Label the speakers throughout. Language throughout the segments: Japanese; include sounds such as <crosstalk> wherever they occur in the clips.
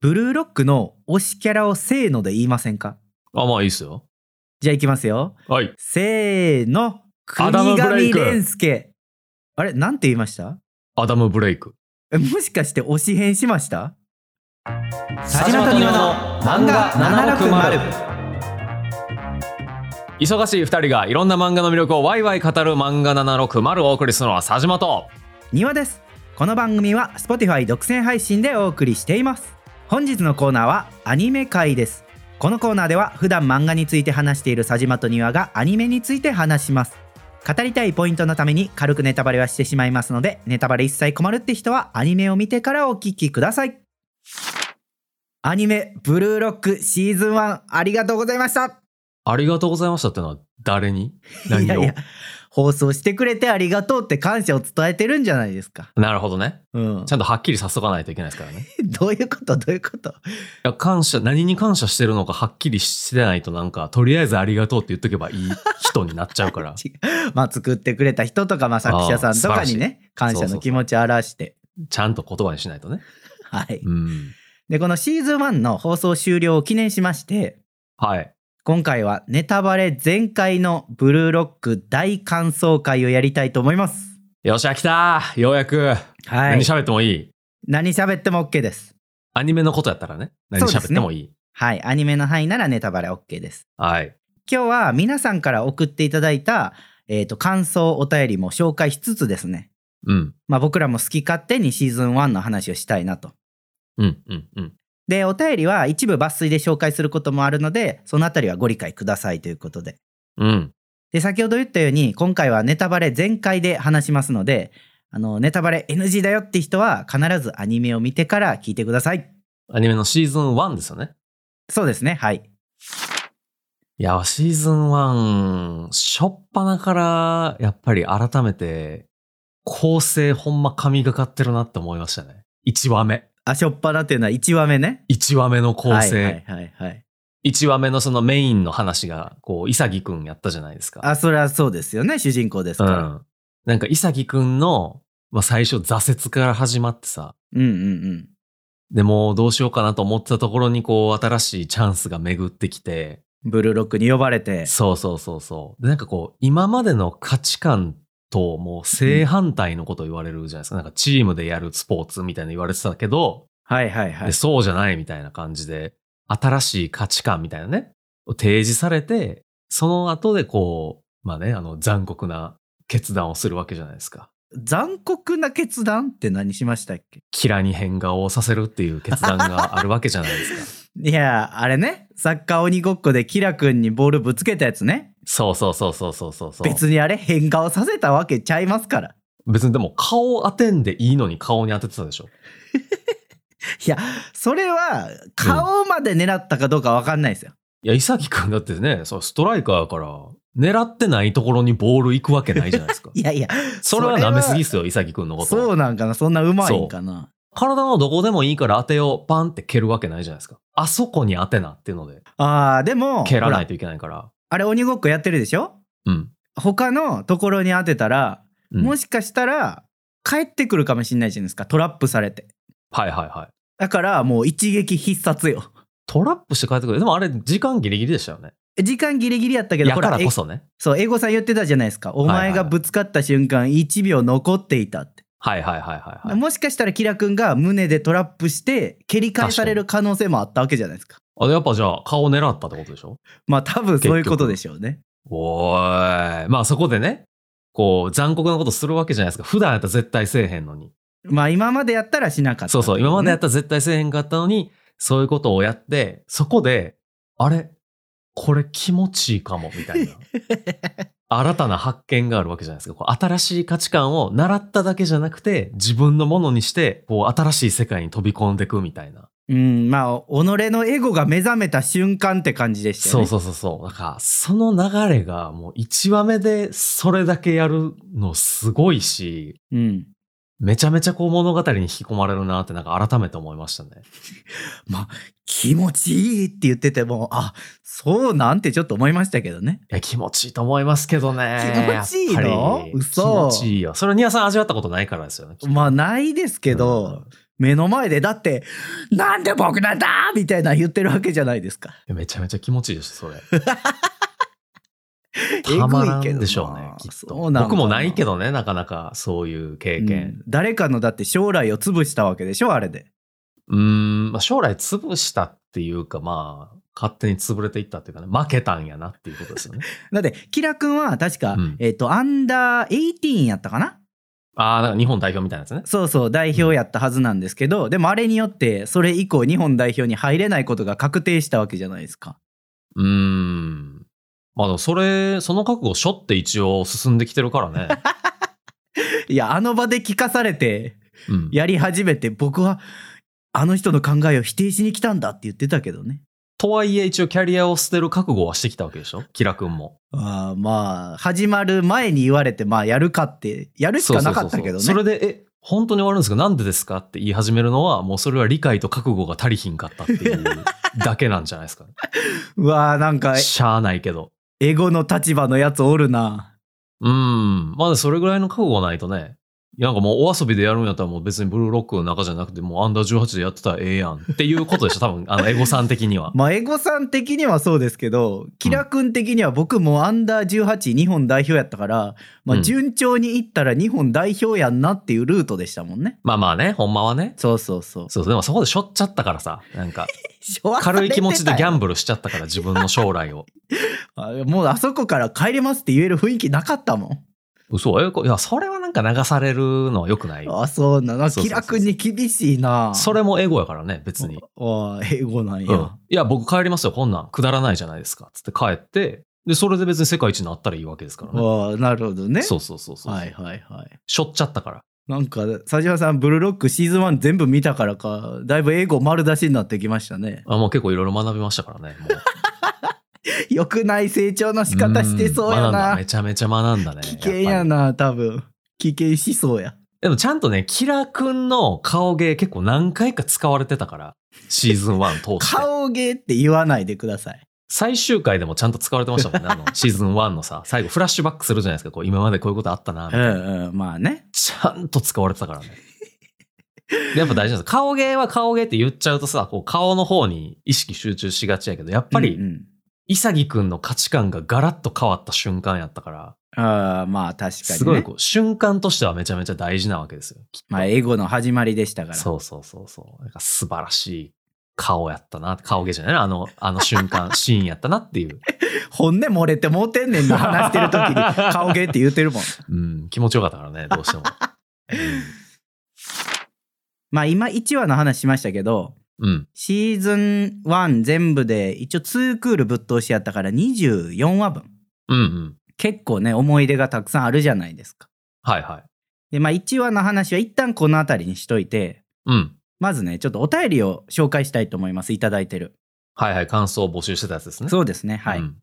Speaker 1: ブルーロックの推しキャラをせーので言いませんか
Speaker 2: あ、まあいいっすよ。
Speaker 1: じゃあ行きますよ。
Speaker 2: はい。
Speaker 1: せーの。
Speaker 2: ア
Speaker 1: 国
Speaker 2: ダムブレイ
Speaker 1: 神
Speaker 2: ク
Speaker 1: 蓮介。あれなんて言いました
Speaker 2: アダム・ブレイク。
Speaker 1: えもしかして推し変しました
Speaker 3: 佐島と庭の漫画760
Speaker 2: 忙しい二人がいろんな漫画の魅力をワイワイ語る漫画760をお送りするのは佐島と。
Speaker 1: 庭です。この番組は Spotify 独占配信でお送りしています。本日のコーナーはアニメ会です。このコーナーでは普段漫画について話している佐島と庭がアニメについて話します。語りたいポイントのために軽くネタバレはしてしまいますので、ネタバレ一切困るって人はアニメを見てからお聞きください。アニメブルーロックシーズン1ありがとうございました。
Speaker 2: ありがとうございましたってのは
Speaker 1: <laughs>
Speaker 2: 誰に何を
Speaker 1: いやいや、放送してくれてありがとうって感謝を伝えてるんじゃないですか。
Speaker 2: なるほどね。
Speaker 1: うん
Speaker 2: ち。ゃんとはっきりさせとかないといけないですからね。
Speaker 1: <laughs>
Speaker 2: い
Speaker 1: どういうことどういうこと
Speaker 2: や、感謝、何に感謝してるのかはっきりしてないとなんか、とりあえずありがとうって言っとけばいい人になっちゃ
Speaker 1: <laughs>
Speaker 2: うから。
Speaker 1: 違うまあ作ってくれた人とか、まあ、作者さんとかにね
Speaker 2: あー
Speaker 1: 感
Speaker 2: 素晴らしい
Speaker 1: 謝の気持ちを表して
Speaker 2: ちゃんと言葉にしないとね。
Speaker 1: はい
Speaker 2: うん。
Speaker 1: でこのシーズン1の放送終了を記念しまして
Speaker 2: はい。
Speaker 1: 今回はネタバレ全開のブルーロック大感想会をやりたいと思います
Speaker 2: よっしゃ、来たようやく。
Speaker 1: はい
Speaker 2: 何喋ってもいい
Speaker 1: 何喋っても OK です
Speaker 2: アニメのことやったらね。何
Speaker 1: そうで
Speaker 2: 喋っ
Speaker 1: す
Speaker 2: て
Speaker 1: ね
Speaker 2: もいい。
Speaker 1: はいアニメの範囲ならネタバレ OK です
Speaker 2: はい。
Speaker 1: 今日は皆さんから送っていただいた、えー、と感想お便りも紹介しつつですね
Speaker 2: うん。
Speaker 1: まあ僕らも好き勝手にシーズン1の話をしたいなと
Speaker 2: うん。うん。うん。
Speaker 1: でお便りは一部抜粋で紹介することもあるのでそのあたりはご理解くださいということで
Speaker 2: うん。
Speaker 1: で先ほど言ったように今回はネタバレ全開で話しますのであのネタバレ NG だよって人は必ずアニメを見てから聞いてください
Speaker 2: アニメのシーズン1ですよね。
Speaker 1: そうですねはい
Speaker 2: いや、シーズン1、初っ端から、やっぱり改めて、構成ほんま神がかってるなって思いましたね。1話目。
Speaker 1: あしょっぱなっていうのは1話目ね
Speaker 2: 1話目の構
Speaker 1: はい
Speaker 2: 成。
Speaker 1: はいはいはい
Speaker 2: 1話目のそのメインの話が、こう、イサギくんやったじゃないですか。
Speaker 1: あそれはそうですよね主人公です
Speaker 2: う
Speaker 1: から、
Speaker 2: ん。なんか、イサギくんの、まあ、最初挫折から始まってさ、
Speaker 1: うん、うんうん
Speaker 2: でもうどうしようかなと思ってたところに、こう、新しいチャンスが巡ってきて、
Speaker 1: ブルーロックに呼ばれて
Speaker 2: そうそうそうそう。で、なんかこう、今までの価値観ともう正反対のこと言われるじゃないですか。なんかチームでやるスポーツみたいなの言われてたけど、
Speaker 1: はいはいはい
Speaker 2: でそうじゃないみたいな感じで、新しい価値観みたいなね、を提示されて、その後でこう、まあね、あの残酷な決断をするわけじゃないですか。
Speaker 1: 残酷な決断って何しましたっけ
Speaker 2: キラに変顔をさせるっていう決断があるわけじゃない
Speaker 1: <laughs>
Speaker 2: ですか。
Speaker 1: いやあれねサッカー鬼ごっこでキラ君にボールぶつけたやつね
Speaker 2: そうそうそうそうそうそうそう。
Speaker 1: 別にあれ変顔させたわけちゃいますから
Speaker 2: 別にでも顔を当てんでいいのに顔に当ててたでしょ。
Speaker 1: いやそれは顔まで狙ったかどうかわかんないですよ、。
Speaker 2: いや、伊崎くんだってね、そうストライカーやから、狙ってないところにボール行くわけないじゃないですか
Speaker 1: <laughs> いやいや
Speaker 2: それは舐めすぎっすよ、伊崎くんのこと。
Speaker 1: そうなんかなそんなうまいんかな
Speaker 2: 体のどこでもいいから当てよう、パンって蹴るわけないじゃないですか。あそこに当てなっていうので、
Speaker 1: あーでも
Speaker 2: 蹴らない
Speaker 1: ほ
Speaker 2: といけないから。
Speaker 1: あれ鬼ごっこやってるでしょ
Speaker 2: うん。
Speaker 1: 他のところに当てたら、
Speaker 2: うん
Speaker 1: もしかしたら帰ってくるかもしれないじゃないですかトラップされて
Speaker 2: はいはいはい。
Speaker 1: だからもう一撃必殺よ
Speaker 2: トラップして帰ってくる。でもあれ、時間ギリギリでしたよね。
Speaker 1: 時間ギリギリやったけど
Speaker 2: や
Speaker 1: ほら
Speaker 2: からこそね。
Speaker 1: そう、英語さん言ってたじゃないですか。お前がぶつかった瞬間、1秒残っていたって。
Speaker 2: はいはいはいはい、はい。
Speaker 1: もしかしたら、キラ君が胸でトラップして、蹴り返される可能性もあったわけじゃないですか。
Speaker 2: あやっぱじゃあ、顔狙ったってことでしょ
Speaker 1: まあ、多分そういうことでしょうね。
Speaker 2: おーい。まあそこでね、こう、残酷なことするわけじゃないですか。普段やったら絶対せえへんのに。
Speaker 1: まあ、今までやったらしなかった、。
Speaker 2: そうそう、今までやったたら絶対せえへんかったのに、そういうことをやって、そこで、あれこれ気持ちいいかも、み
Speaker 1: <laughs>
Speaker 2: たいな。新たな発見があるわけじゃないですか。こう新しい価値観を習っただけじゃなくて、自分のものにして、こう、新しい世界に飛び込んでいくみたいな。
Speaker 1: うん、まあ、己のエゴが目覚めた瞬間って感じでしたよ
Speaker 2: そう
Speaker 1: ね。う
Speaker 2: そうそうそう。なんか、その流れが、もう1話目でそれだけやるのすごいし、
Speaker 1: そう。うん。
Speaker 2: めちゃめちゃこう物語に引き込まれるなってなんか改めて思いましたね。
Speaker 1: 気持ちいいって言ってても、あ、そうなんてちょっと思いましたけどね。
Speaker 2: いや、気持ちいいと思いますけどね。
Speaker 1: 気持ちいいの
Speaker 2: やっぱり
Speaker 1: 嘘
Speaker 2: 気持ちいいよ。それ、ニアさん味わったことないからですよね。
Speaker 1: まあ、ないですけど、
Speaker 2: うん
Speaker 1: 目の前でだって「なんで僕なんだ!」みたいな言ってるわけじゃないですか。
Speaker 2: やめちゃめちゃ気持ちいいでしょ、それ。
Speaker 1: <laughs> えぐいけど
Speaker 2: た
Speaker 1: な
Speaker 2: まらんでしょうね、きっ
Speaker 1: そう
Speaker 2: と。
Speaker 1: なんかな
Speaker 2: 僕もないけどね、なかなかそういう経験。
Speaker 1: うん誰かのだって将来を潰したわけでしょあれで。
Speaker 2: うーん、まあ、将来潰したっていうか、まあ、勝手に潰れていったっていうかね、負けたんやなっていうことですよ
Speaker 1: <laughs>
Speaker 2: ね。
Speaker 1: だってキラ君は確か、
Speaker 2: うん
Speaker 1: えっ、とアンダー18やったかな
Speaker 2: ああ、だから日本代表みたいなやつね。
Speaker 1: そうそう代表やったはずなんですけど、でもあれによってそれ以降日本代表に入れないことが確定したわけじゃないですか。
Speaker 2: うーん。まあでもそれ、その覚悟しょって一応進んできてるか
Speaker 1: <laughs>
Speaker 2: らね。
Speaker 1: いやあの場で聞かされて
Speaker 2: うん、
Speaker 1: やり始めて僕はあの人の考えを否定しに来たんだって言ってたけどね。
Speaker 2: とはいえ一応キャリアを捨てる覚悟はしてきたわけでしょキラ君も。
Speaker 1: あーまあ始まる前に言われてまあやるかってやるしかなかったけどね。
Speaker 2: そうそうそうそうそれで、え、本当に終わるんですかなんでですかって言い始めるのは、もうそれは理解と覚悟が足りひんかったっていうだけなんじゃないで
Speaker 1: <laughs>
Speaker 2: すか、
Speaker 1: うわーなんか
Speaker 2: しゃあないけど。
Speaker 1: エゴの立場のやつおるな。
Speaker 2: うん。まだそれぐらいの覚悟がないとね。なんかもうお遊びでやるんやったらもう別にブルーロックの中じゃなくてもうアンダー18でやってたらええやんっていうことでしょ多分あのエゴさん的には。
Speaker 1: まあエゴさん的にはそうですけどキラ君的には僕もアンダー18日本代表やったから、ま
Speaker 2: う
Speaker 1: あ、
Speaker 2: ん
Speaker 1: 順調にいったら日本代表やんなっていうルートでしたもんね。
Speaker 2: まあまあね、ほんまはね。
Speaker 1: そうそうそう。
Speaker 2: そうそう、でもそこでしょっちゃったからさ、なん
Speaker 1: <laughs>
Speaker 2: か
Speaker 1: 昭和され
Speaker 2: 軽い気持ちでギャ
Speaker 1: て
Speaker 2: ンブルしちゃったから自分の将
Speaker 1: <laughs>
Speaker 2: 来を。
Speaker 1: たよあもうあそこから帰れますって言える雰囲気なかったもん。
Speaker 2: 嘘えこいや、それはなんか流されるのは良くない。
Speaker 1: あそうなの
Speaker 2: そうそうそうそう
Speaker 1: キラ君に厳しいな。
Speaker 2: それもエゴやからね、別に。
Speaker 1: あエゴなんや。
Speaker 2: うんいや、僕帰りますよ、こんなん。くだらないじゃないですか。つって帰って、で、それで別に世界一になったらいいわけですからね。
Speaker 1: ああなるほどね。
Speaker 2: そうそうそうそう。
Speaker 1: はいはいはい。
Speaker 2: しょっちゃったから。
Speaker 1: なんか佐島さんブルーロックシーズン1全部見たからかだいぶ英語丸出しになってきました <laughs> ね
Speaker 2: あもう結構いろいろ学びましたから
Speaker 1: <laughs>
Speaker 2: ね。もう
Speaker 1: よくない成長の仕方してそうや
Speaker 2: ん学んだ
Speaker 1: な
Speaker 2: めちゃめちゃ学んだね。
Speaker 1: 危険や
Speaker 2: っぱり
Speaker 1: な多分危険しそうや
Speaker 2: でもちゃんとね、キラ君の顔芸結構何回か使われてたから、シーズン1通して。
Speaker 1: 顔芸って言わないでください
Speaker 2: 最終回でもちゃんと使われてましたもん
Speaker 1: <laughs>
Speaker 2: ね。あの、シーズン1のさ、最後フラッシュバックするじゃないですか。こう、今までこういうことあったな、みた
Speaker 1: う
Speaker 2: いなん
Speaker 1: うんまあね
Speaker 2: ちゃんと使われてたからね。やっぱ大事なんです顔芸は顔芸って言っちゃうとさ、こう顔の方に意識集中しがちやけど、やっぱ
Speaker 1: うん
Speaker 2: り、
Speaker 1: うん
Speaker 2: 潔くんの価値観がガラッと変わった瞬間やったから、
Speaker 1: ああまあ確かに、ね、
Speaker 2: すごいこう、瞬間としてはめちゃめちゃ大事なわけですよ。きっと
Speaker 1: まあ英語の始まりでしたから
Speaker 2: そうそうそうそう。なんか素晴らしい顔やったな。顔芸じゃないな。あの、あの瞬
Speaker 1: <laughs>
Speaker 2: 間、シーンやったなっていう。
Speaker 1: 本音漏れてもうてんねんな話してる時
Speaker 2: <laughs>
Speaker 1: に顔芸って言ってるもん
Speaker 2: うん、気持ちよかった <laughs> からね、どうしても。
Speaker 1: まあ今1話の話しましたけど
Speaker 2: うん。
Speaker 1: シーズン1全部で一応2クールぶっ通しやったから24話分
Speaker 2: うんうん。
Speaker 1: 結構ね思い出がたくさんあるじゃないですか
Speaker 2: はいはい。
Speaker 1: でまあ1話の話は一旦この辺りにしといて
Speaker 2: うん。
Speaker 1: まずねちょっとお便りを紹介したいと思いますいただいてる
Speaker 2: はいはい。感想を募集してたやつですね。
Speaker 1: そうですねはい、
Speaker 2: うん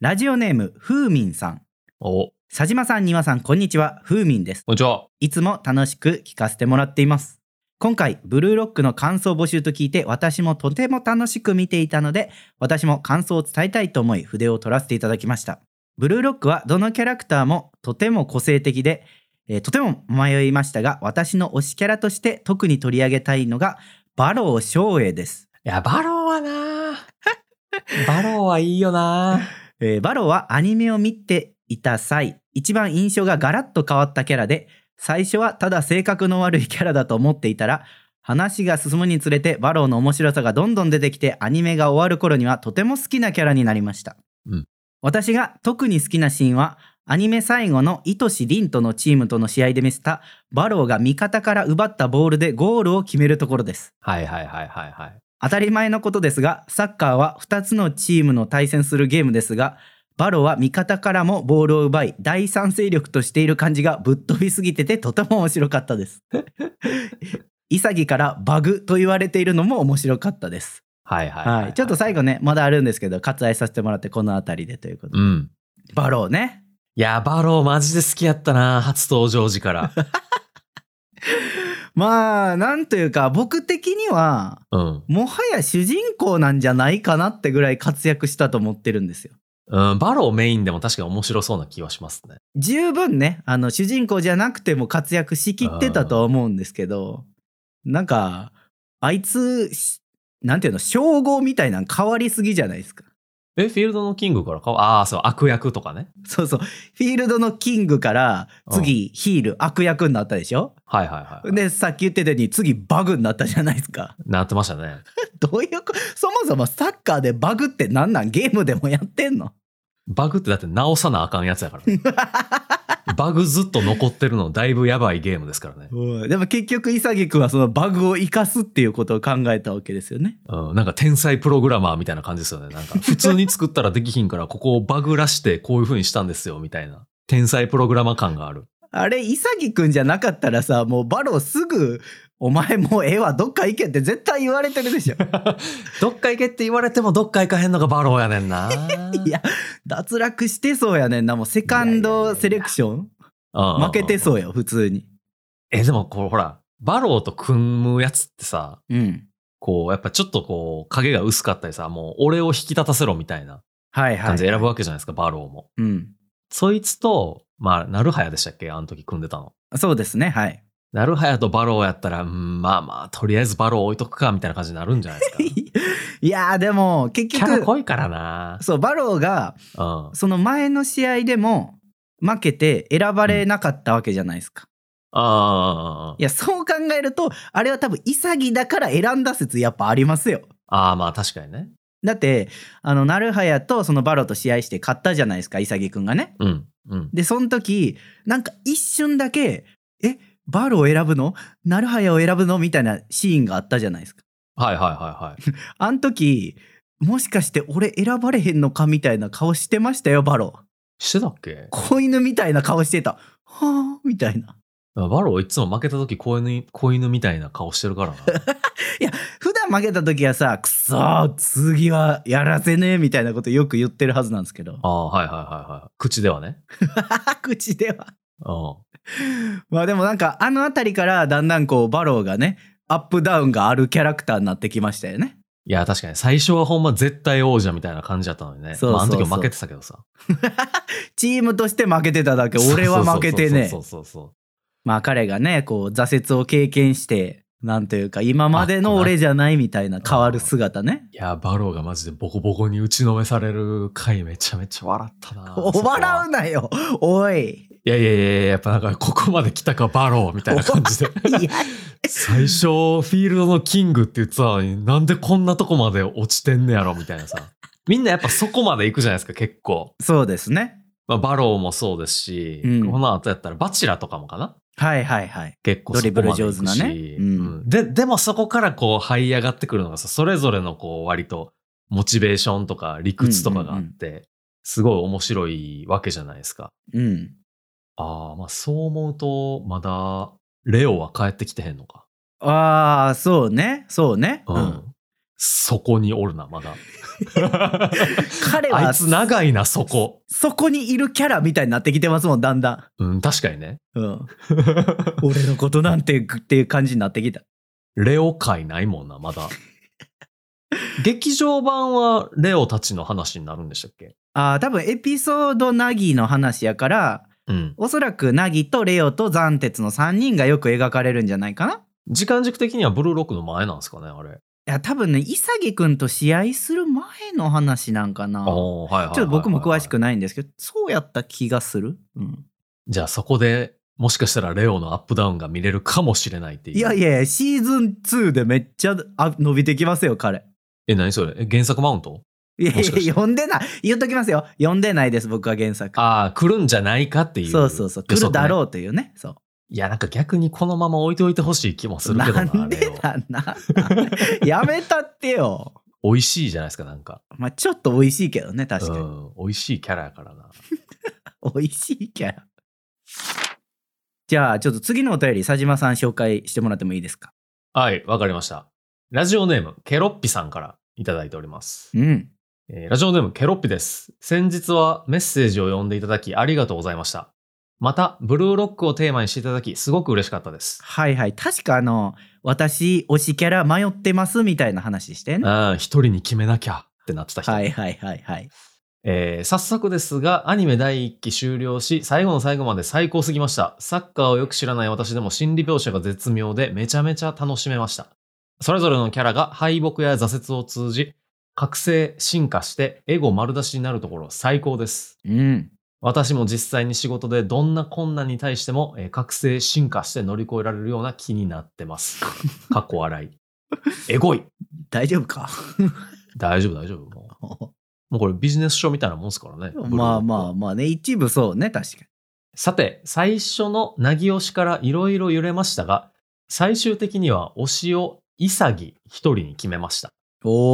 Speaker 1: ラジオネームふうみんさん
Speaker 2: お、こ
Speaker 1: 佐島さん丹羽さんこんにちはふうみんです
Speaker 2: んにちは。
Speaker 1: いつも楽しく聞かせてもらっています。今回、ブルーロックの感想募集と聞いて、私もとても楽しく見ていたので、私も感想を伝えたいと思い、筆を取らせていただきました。ブルーロックはどのキャラクターもとても個性的で、えーとても迷いましたが、私の推しキャラとして特に取り上げたいのが、バロー照英です。
Speaker 2: いや、バローはな <laughs> ぁバローはいいよなぁ
Speaker 1: えーバロはアニメを見ていた際一番印象がガラッと変わったキャラで最初はただ性格の悪いキャラだと思っていたら話が進むにつれてバローの面白さがどんどん出てきてアニメが終わる頃にはとても好きなキャラになりました、
Speaker 2: うん
Speaker 1: 私が特に好きなシーンはアニメ最後の糸志凛とのチームとの試合で見せたバローが味方から奪ったボールでゴールを決めるところです
Speaker 2: はいはいはいはいはい。
Speaker 1: 当たり前のことですがサッカーは2つのチームの対戦するゲームですがバロは味方からもボールを奪い第三勢力としている感じがぶっ飛びすぎててとても面白かったです <laughs> 潔からバグと言われているのも面白かったです、
Speaker 2: はいはい
Speaker 1: はい
Speaker 2: はい、
Speaker 1: ちょっと最後ねまだあるんですけど割愛させてもらってこの辺りでということ
Speaker 2: う
Speaker 1: で、
Speaker 2: ん。
Speaker 1: バロね
Speaker 2: いや、バローマジで好きやったなぁ初登場時 <laughs> から。
Speaker 1: まあなんというか僕的には
Speaker 2: うん。
Speaker 1: もはや主人公なんじゃないかなってぐらい活躍したと思ってるんですよ
Speaker 2: うん、バローメインでも確かに面白そうな気はしますね。
Speaker 1: 十分ねあの主人公じゃなくても活躍しきってたとは思うんですけどなんか、あいつ、しなんていうの、称号みたいなの変わりすぎじゃないですか。
Speaker 2: え、フィールドのキングからかああ、そう、悪役とかね。
Speaker 1: そうそう。フィールドのキングから、次、ヒール、悪役になったでしょ
Speaker 2: はいはいはいはい。
Speaker 1: で、さっき言ってたように、次、バグになったじゃないですか。 <laughs>
Speaker 2: なってましたね。
Speaker 1: どういうこ、そもそもサッカーでバグってなんなんゲームでもやってんの
Speaker 2: バグってだって直さなあかんやつ
Speaker 1: <laughs>
Speaker 2: やから、ね。バグずっと残ってるのだいぶやばいゲームですからね。
Speaker 1: でも結局、潔くんはそのバグを生かすっていうことを考えたわけですよね。
Speaker 2: うん、なんか天才プログラマーみたいな感じですよね。なんか普通に作ったらできひんからここをバグらしてこういう風にしたんですよみたいな。天才プログラマー感がある。
Speaker 1: あれ、潔くんじゃなかったらさ、もうバローすぐ、お前もうええわ、どっか行けって絶対言われてるで
Speaker 2: <laughs>
Speaker 1: しょ。
Speaker 2: どっか行けって言われてもどっか行かへんのがバローやねんな。
Speaker 1: いや、脱落してそうやねんな、もうセカンドセレクション
Speaker 2: うん、
Speaker 1: 負けてそうよ、普通に。
Speaker 2: え、でもこうほら、バローと組むやつってさ、
Speaker 1: うん。
Speaker 2: こう、やっぱちょっとこう、影が薄かったりさ、もう俺を引き立たせろみたいな
Speaker 1: はいはい。
Speaker 2: 感じで選ぶわけじゃないですか、バローも。
Speaker 1: うん。
Speaker 2: そいつと、まあ、なるはやでしたっけあの時組んでたの。
Speaker 1: そうですね、はい。
Speaker 2: なるはやとバローやったら、うん、まあまあ、とりあえずバロー置いとくか、みたいな感じになるんじゃないです
Speaker 1: <laughs>
Speaker 2: か。キ
Speaker 1: いやー、でも、結
Speaker 2: ャラ
Speaker 1: 局、
Speaker 2: 濃いからな
Speaker 1: そう、バローが、
Speaker 2: うん。
Speaker 1: その前の試合でも、負けて選ばれなかったわけじゃないですか。
Speaker 2: あー
Speaker 1: いや、そう考えると、あれは多分、潔だから選んだ説、やっぱありますよ。
Speaker 2: あー、まあ確かにね。
Speaker 1: だって、あの、なるはやと、そのバローと試合して勝ったじゃないですか、潔くんがね。
Speaker 2: うん。うん。
Speaker 1: で、その時、なんか一瞬だけ、え、バルを選ぶのナルハヤを選ぶのみたいなシーンがあったじゃないですか。
Speaker 2: はいはいはいはい。
Speaker 1: あの時、もしかして俺選ばれへんのかみたいな顔してましたよ、バロ。
Speaker 2: してたっけ
Speaker 1: 子犬みたいな顔してた。はぁ、みたいな。
Speaker 2: バローいつも負けた時、子犬、子犬みたいな顔してるからな。
Speaker 1: 普段負けた時はさ、くそー、次はやらせねえ、みたいなことよく言ってるはずなんですけど。 <laughs>
Speaker 2: ああ、はいはいはいはい。口ではね。
Speaker 1: 口では。
Speaker 2: うん。
Speaker 1: まあでもなんか、あのあたりからだんだんこう、バローがね、アップダウンがあるキャラクターになってきましたよね。
Speaker 2: いや、確かに最初はほんま絶対王者みたいな感じだったのにね。
Speaker 1: そうそうそう
Speaker 2: まあ、あの時も負けてたけどさ。
Speaker 1: チームとして負けてただけ俺は負けてね
Speaker 2: そうそうそうそうそう
Speaker 1: まあ彼がねこう挫折を経験してなんというか今までの俺じゃないみたいな変わる姿ね
Speaker 2: いや、バローがマジでボコボコに打ちのめされる回めちゃめちゃ笑った
Speaker 1: <laughs>
Speaker 2: な。
Speaker 1: お笑うなよおい
Speaker 2: いやいやいやいや、やっぱなんかここまで来たかバローみたいな
Speaker 1: <laughs>
Speaker 2: 感じで。
Speaker 1: いや
Speaker 2: <laughs> 最初、フィールドのキングって言ってたのに、なんでこんなとこまで落ちてんねやろみたいなさ。みんなやっぱそこまで行くじゃないですか、結構。
Speaker 1: そうですね
Speaker 2: まあ、バローもそうですし、
Speaker 1: うん
Speaker 2: この後やったらバチラとかもかな
Speaker 1: はいはいはい
Speaker 2: 結構そこまで行くし
Speaker 1: ドリブル上手なねうん
Speaker 2: うんで、でもそこからこう這い上がってくるのがさ、それぞれのこう割とモチベーションとか理屈とかがあって、すごい面白いわけじゃないですか。
Speaker 1: うん
Speaker 2: ああ、まあそう思うと、まだレオは帰ってきてへんのか。
Speaker 1: ああそうねそうね、
Speaker 2: うん。
Speaker 1: うん
Speaker 2: そこにおるな、ま
Speaker 1: <laughs>
Speaker 2: だ。
Speaker 1: 彼は
Speaker 2: あいつ長いな、そこ。
Speaker 1: そこにいるキャラみたいになってきてますもんだんだ
Speaker 2: うん、確かに
Speaker 1: <laughs>
Speaker 2: ね。
Speaker 1: ん、うん、 <laughs> 俺のことなんてっていう感じになってきた
Speaker 2: レオ界ないもんな、
Speaker 1: <laughs>
Speaker 2: まだ。劇場版はレオたちの話になるんでしたっけ
Speaker 1: ああ多分エピソードナギの話やから
Speaker 2: うん。
Speaker 1: おそらくナギとレオとザンテツの3人がよく描かれるんじゃないかない
Speaker 2: 時間軸的にはブルーロックの前なんですかね、あれ。
Speaker 1: や多分ね潔くんと試合する前の話なんかな
Speaker 2: あ
Speaker 1: ちょ
Speaker 2: あ、はいはいはいはいはい
Speaker 1: っと僕も詳しくないんですけどそうやった気がする、うん、
Speaker 2: じゃあそこでもしかしたらレオのアップダウンが見れるかもしれないっていう。
Speaker 1: いやい
Speaker 2: や。
Speaker 1: やシーズン2でめっちゃあ伸びてきますよ彼
Speaker 2: え、何それえ原作マウント
Speaker 1: いやい
Speaker 2: もしかして
Speaker 1: や呼んでない言っときますよ呼んでないです僕は原作
Speaker 2: ああ、来るんじゃないかっていう。
Speaker 1: そうそうそう来るだ
Speaker 2: う。
Speaker 1: ろうというねそう
Speaker 2: いや、なんか逆にこのまま置いておいてほしい気もするけどな、
Speaker 1: なん
Speaker 2: レ
Speaker 1: で
Speaker 2: オ
Speaker 1: だなやめたってよ
Speaker 2: 美味しいじゃないですか、なんか。
Speaker 1: まあちょっと美味しいけどね確かに、
Speaker 2: うん。美味しいキャラやからな。
Speaker 1: 美味しいキャラじゃあちょっと次のお便り佐島さん紹介してもらってもいいですか
Speaker 2: はい、わかりました。ラジオネーム、ケロッピさんからいただいております。
Speaker 1: うん
Speaker 2: えーラジオネームケロッピです。先日はメッセージを読んでいただきありがとうございました。また、ブルーロックをテーマにしていただき、すごく嬉しかったです。
Speaker 1: はいはい確かあの私推しキャラ迷ってますみたいな話してね
Speaker 2: ああ、一人に決めなきゃってなってた人。
Speaker 1: はいはいはいはい
Speaker 2: えー早速ですが、アニメ第1期終了し、最後の最後まで最高すぎました。サッカーをよく知らない私でも心理描写が絶妙で、めちゃめちゃ楽しめました。それぞれのキャラが敗北や挫折を通じ、覚醒、進化して、エゴ丸出しになるところ、最高です。
Speaker 1: うん。 <laughs>
Speaker 2: 私も実際に仕事でどんな困難に対しても、えー覚醒、進化して乗り越えられるような気になっ
Speaker 1: <laughs>
Speaker 2: てます。かっこ笑い。エゴい。
Speaker 1: 大丈夫
Speaker 2: <laughs>
Speaker 1: か
Speaker 2: 大丈夫、大丈夫。もうもうこれビジネス書みたいなもんですからね。
Speaker 1: まあまあまあね、一部そうね、確かに。
Speaker 2: さて、最初のなぎ押しからいろいろ揺れましたが、最終的には推しを潔一人に決めました。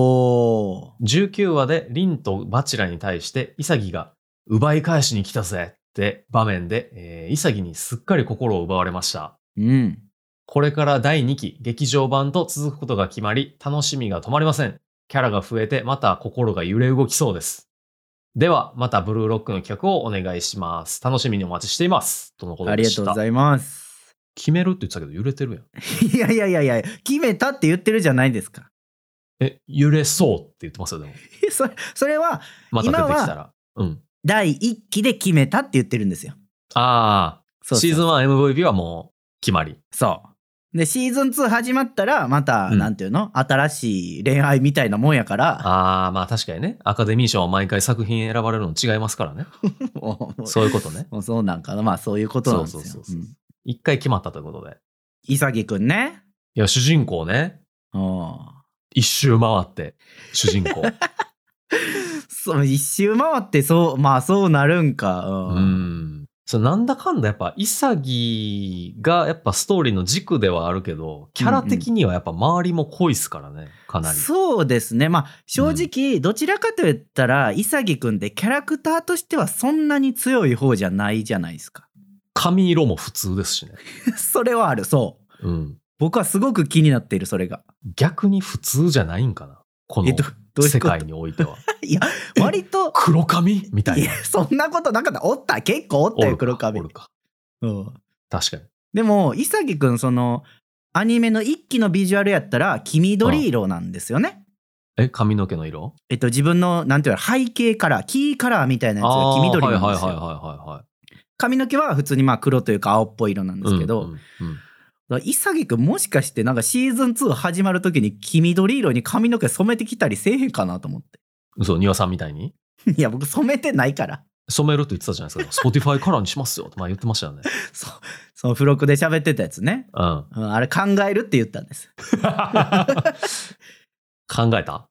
Speaker 1: おー。
Speaker 2: 19話でリンとバチラに対して潔が奪い返しに来たぜって場面で、えー潔にすっかり心を奪われました。
Speaker 1: うん。
Speaker 2: これから第2期劇場版と続くことが決まり、楽しみが止まりません。キャラが増えて、また心が揺れ動きそうです。では、またブルーロックの曲をお願いします。楽しみにお待ちしています。とのこと
Speaker 1: あ
Speaker 2: で
Speaker 1: りが
Speaker 2: し
Speaker 1: と
Speaker 2: た。
Speaker 1: うございます。
Speaker 2: 決めるって言ってたけど揺れてるやん。
Speaker 1: <laughs> いやいやいやいや、決めたって言ってるじゃないですか。
Speaker 2: え、揺れそうって言ってますよ、でも。
Speaker 1: それそれは
Speaker 2: また出てきたら。うん。
Speaker 1: 第一期で決めたって言ってるんですよ。
Speaker 2: ああ、
Speaker 1: そうそう
Speaker 2: シーズン 1MVP はもう決まり。
Speaker 1: そう。で、シーズン2始まったら、また、
Speaker 2: うん
Speaker 1: なんていうの新しい恋愛みたいなもんやから、
Speaker 2: ああ、まあ確かにね。アカデミー賞は毎回作品選ばれるの違いますからね。
Speaker 1: <laughs> もう
Speaker 2: そういうことね。
Speaker 1: もうそうなんかな。まあ、そういうことなんですよ。
Speaker 2: そうそうそうそう
Speaker 1: うん
Speaker 2: 一回決まったということで。
Speaker 1: イサギくんね。
Speaker 2: いや、主人公ね。
Speaker 1: うん
Speaker 2: 一周回って、主人
Speaker 1: <laughs>
Speaker 2: 公。
Speaker 1: そう一周回ってそうまあそうなるんか
Speaker 2: う
Speaker 1: うん、
Speaker 2: ん。そうなんだかんだやっぱ、潔がやっぱストーリーの軸ではあるけど、キャラ的にはやっぱ周りも濃いっすからね、かなり。
Speaker 1: そうですねまあ正直どちらかと言ったら潔くんってキャラクターとしてはそんなに強い方じゃないじゃないですか <laughs>
Speaker 2: 髪色も普通ですしね。
Speaker 1: それはあるそう
Speaker 2: うん。
Speaker 1: 僕はすごく気になっているそれが
Speaker 2: 逆に普通じゃないんかなこ
Speaker 1: えどどうい
Speaker 2: の
Speaker 1: う
Speaker 2: 世
Speaker 1: こと
Speaker 2: 界においては。
Speaker 1: <laughs> 割と
Speaker 2: 黒髪みた
Speaker 1: い
Speaker 2: い
Speaker 1: や
Speaker 2: な。
Speaker 1: そんなことなかったおった結構おったよ黒
Speaker 2: か
Speaker 1: 髪
Speaker 2: おるか。
Speaker 1: うん
Speaker 2: 確かに。
Speaker 1: でも潔くんそのアニメの一期のビジュアルやったら黄緑色なんですよね
Speaker 2: え、髪の毛の色
Speaker 1: えっと自分のなんていうの背景カラーキーカラーみたいなやつが
Speaker 2: あ
Speaker 1: 黄
Speaker 2: ー
Speaker 1: 緑なん
Speaker 2: は
Speaker 1: で
Speaker 2: い
Speaker 1: す
Speaker 2: はいはい
Speaker 1: よ
Speaker 2: はいはいはい。
Speaker 1: 髪の毛は普通にまあ黒というか青っぽい色なんですけど、
Speaker 2: うんうんうん
Speaker 1: だから潔くんもしかしてなんかシーズン2始まる時に黄緑色に髪の毛染めてきたりせえへんかなと思っ
Speaker 2: 嘘、庭さんみたいに
Speaker 1: て <laughs> いや僕染めてないから <laughs>
Speaker 2: 染めると言ってたじゃないですか。スポティファイカラーにしますよって前言ってましたよね。
Speaker 1: そその付録で喋ってたやつね、
Speaker 2: うん。
Speaker 1: うん、あれ考えるって言ったんです <laughs>
Speaker 2: <laughs> 考えた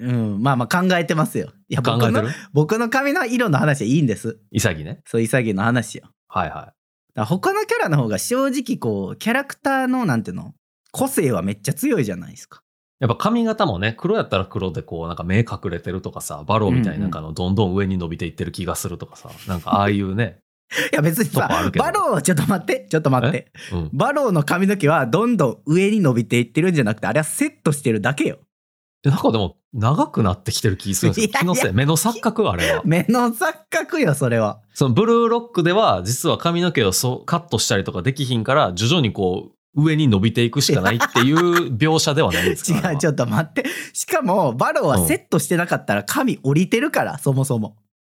Speaker 1: うんまあまあ考えてますよいや僕
Speaker 2: 考えて
Speaker 1: の
Speaker 2: る
Speaker 1: 僕の髪の色の話はいいんです
Speaker 2: 潔ね。
Speaker 1: そう潔の話よ
Speaker 2: はいは
Speaker 1: だから他のキャラの方が正直こうキャラクターのなんていうの個性はめっちゃ強いじゃないですか
Speaker 2: い。やっぱ髪型もね、黒やったら黒でこう、なんか目隠れてるとかさ、バローみたいななんかのどんどん上に伸びていってる気がするとかさ、なんかああいう
Speaker 1: <laughs>
Speaker 2: ね、
Speaker 1: いや別に
Speaker 2: とこあ
Speaker 1: さ
Speaker 2: るけど
Speaker 1: バローちょっと待ってちょっと待って
Speaker 2: うん、
Speaker 1: バローの髪の毛はどんどん上に伸びていってるんじゃなくてあれはセットしてるだけよ
Speaker 2: なんかでも、長くなってきてる気するんですよ。
Speaker 1: いやいや
Speaker 2: 気のせい、目の錯覚、あ
Speaker 1: <laughs>
Speaker 2: れは。
Speaker 1: 目の錯覚よそれは
Speaker 2: そのブルーロックでは、実は髪の毛をそうカットしたりとかできひんから、徐々にこう、上に伸びていくしかないっていう描写ではないんで
Speaker 1: <laughs>
Speaker 2: す
Speaker 1: 違
Speaker 2: かあれ
Speaker 1: う
Speaker 2: は
Speaker 1: ちょっと待ってしかもバローはセットしてなかったら髪降りてるからそもそも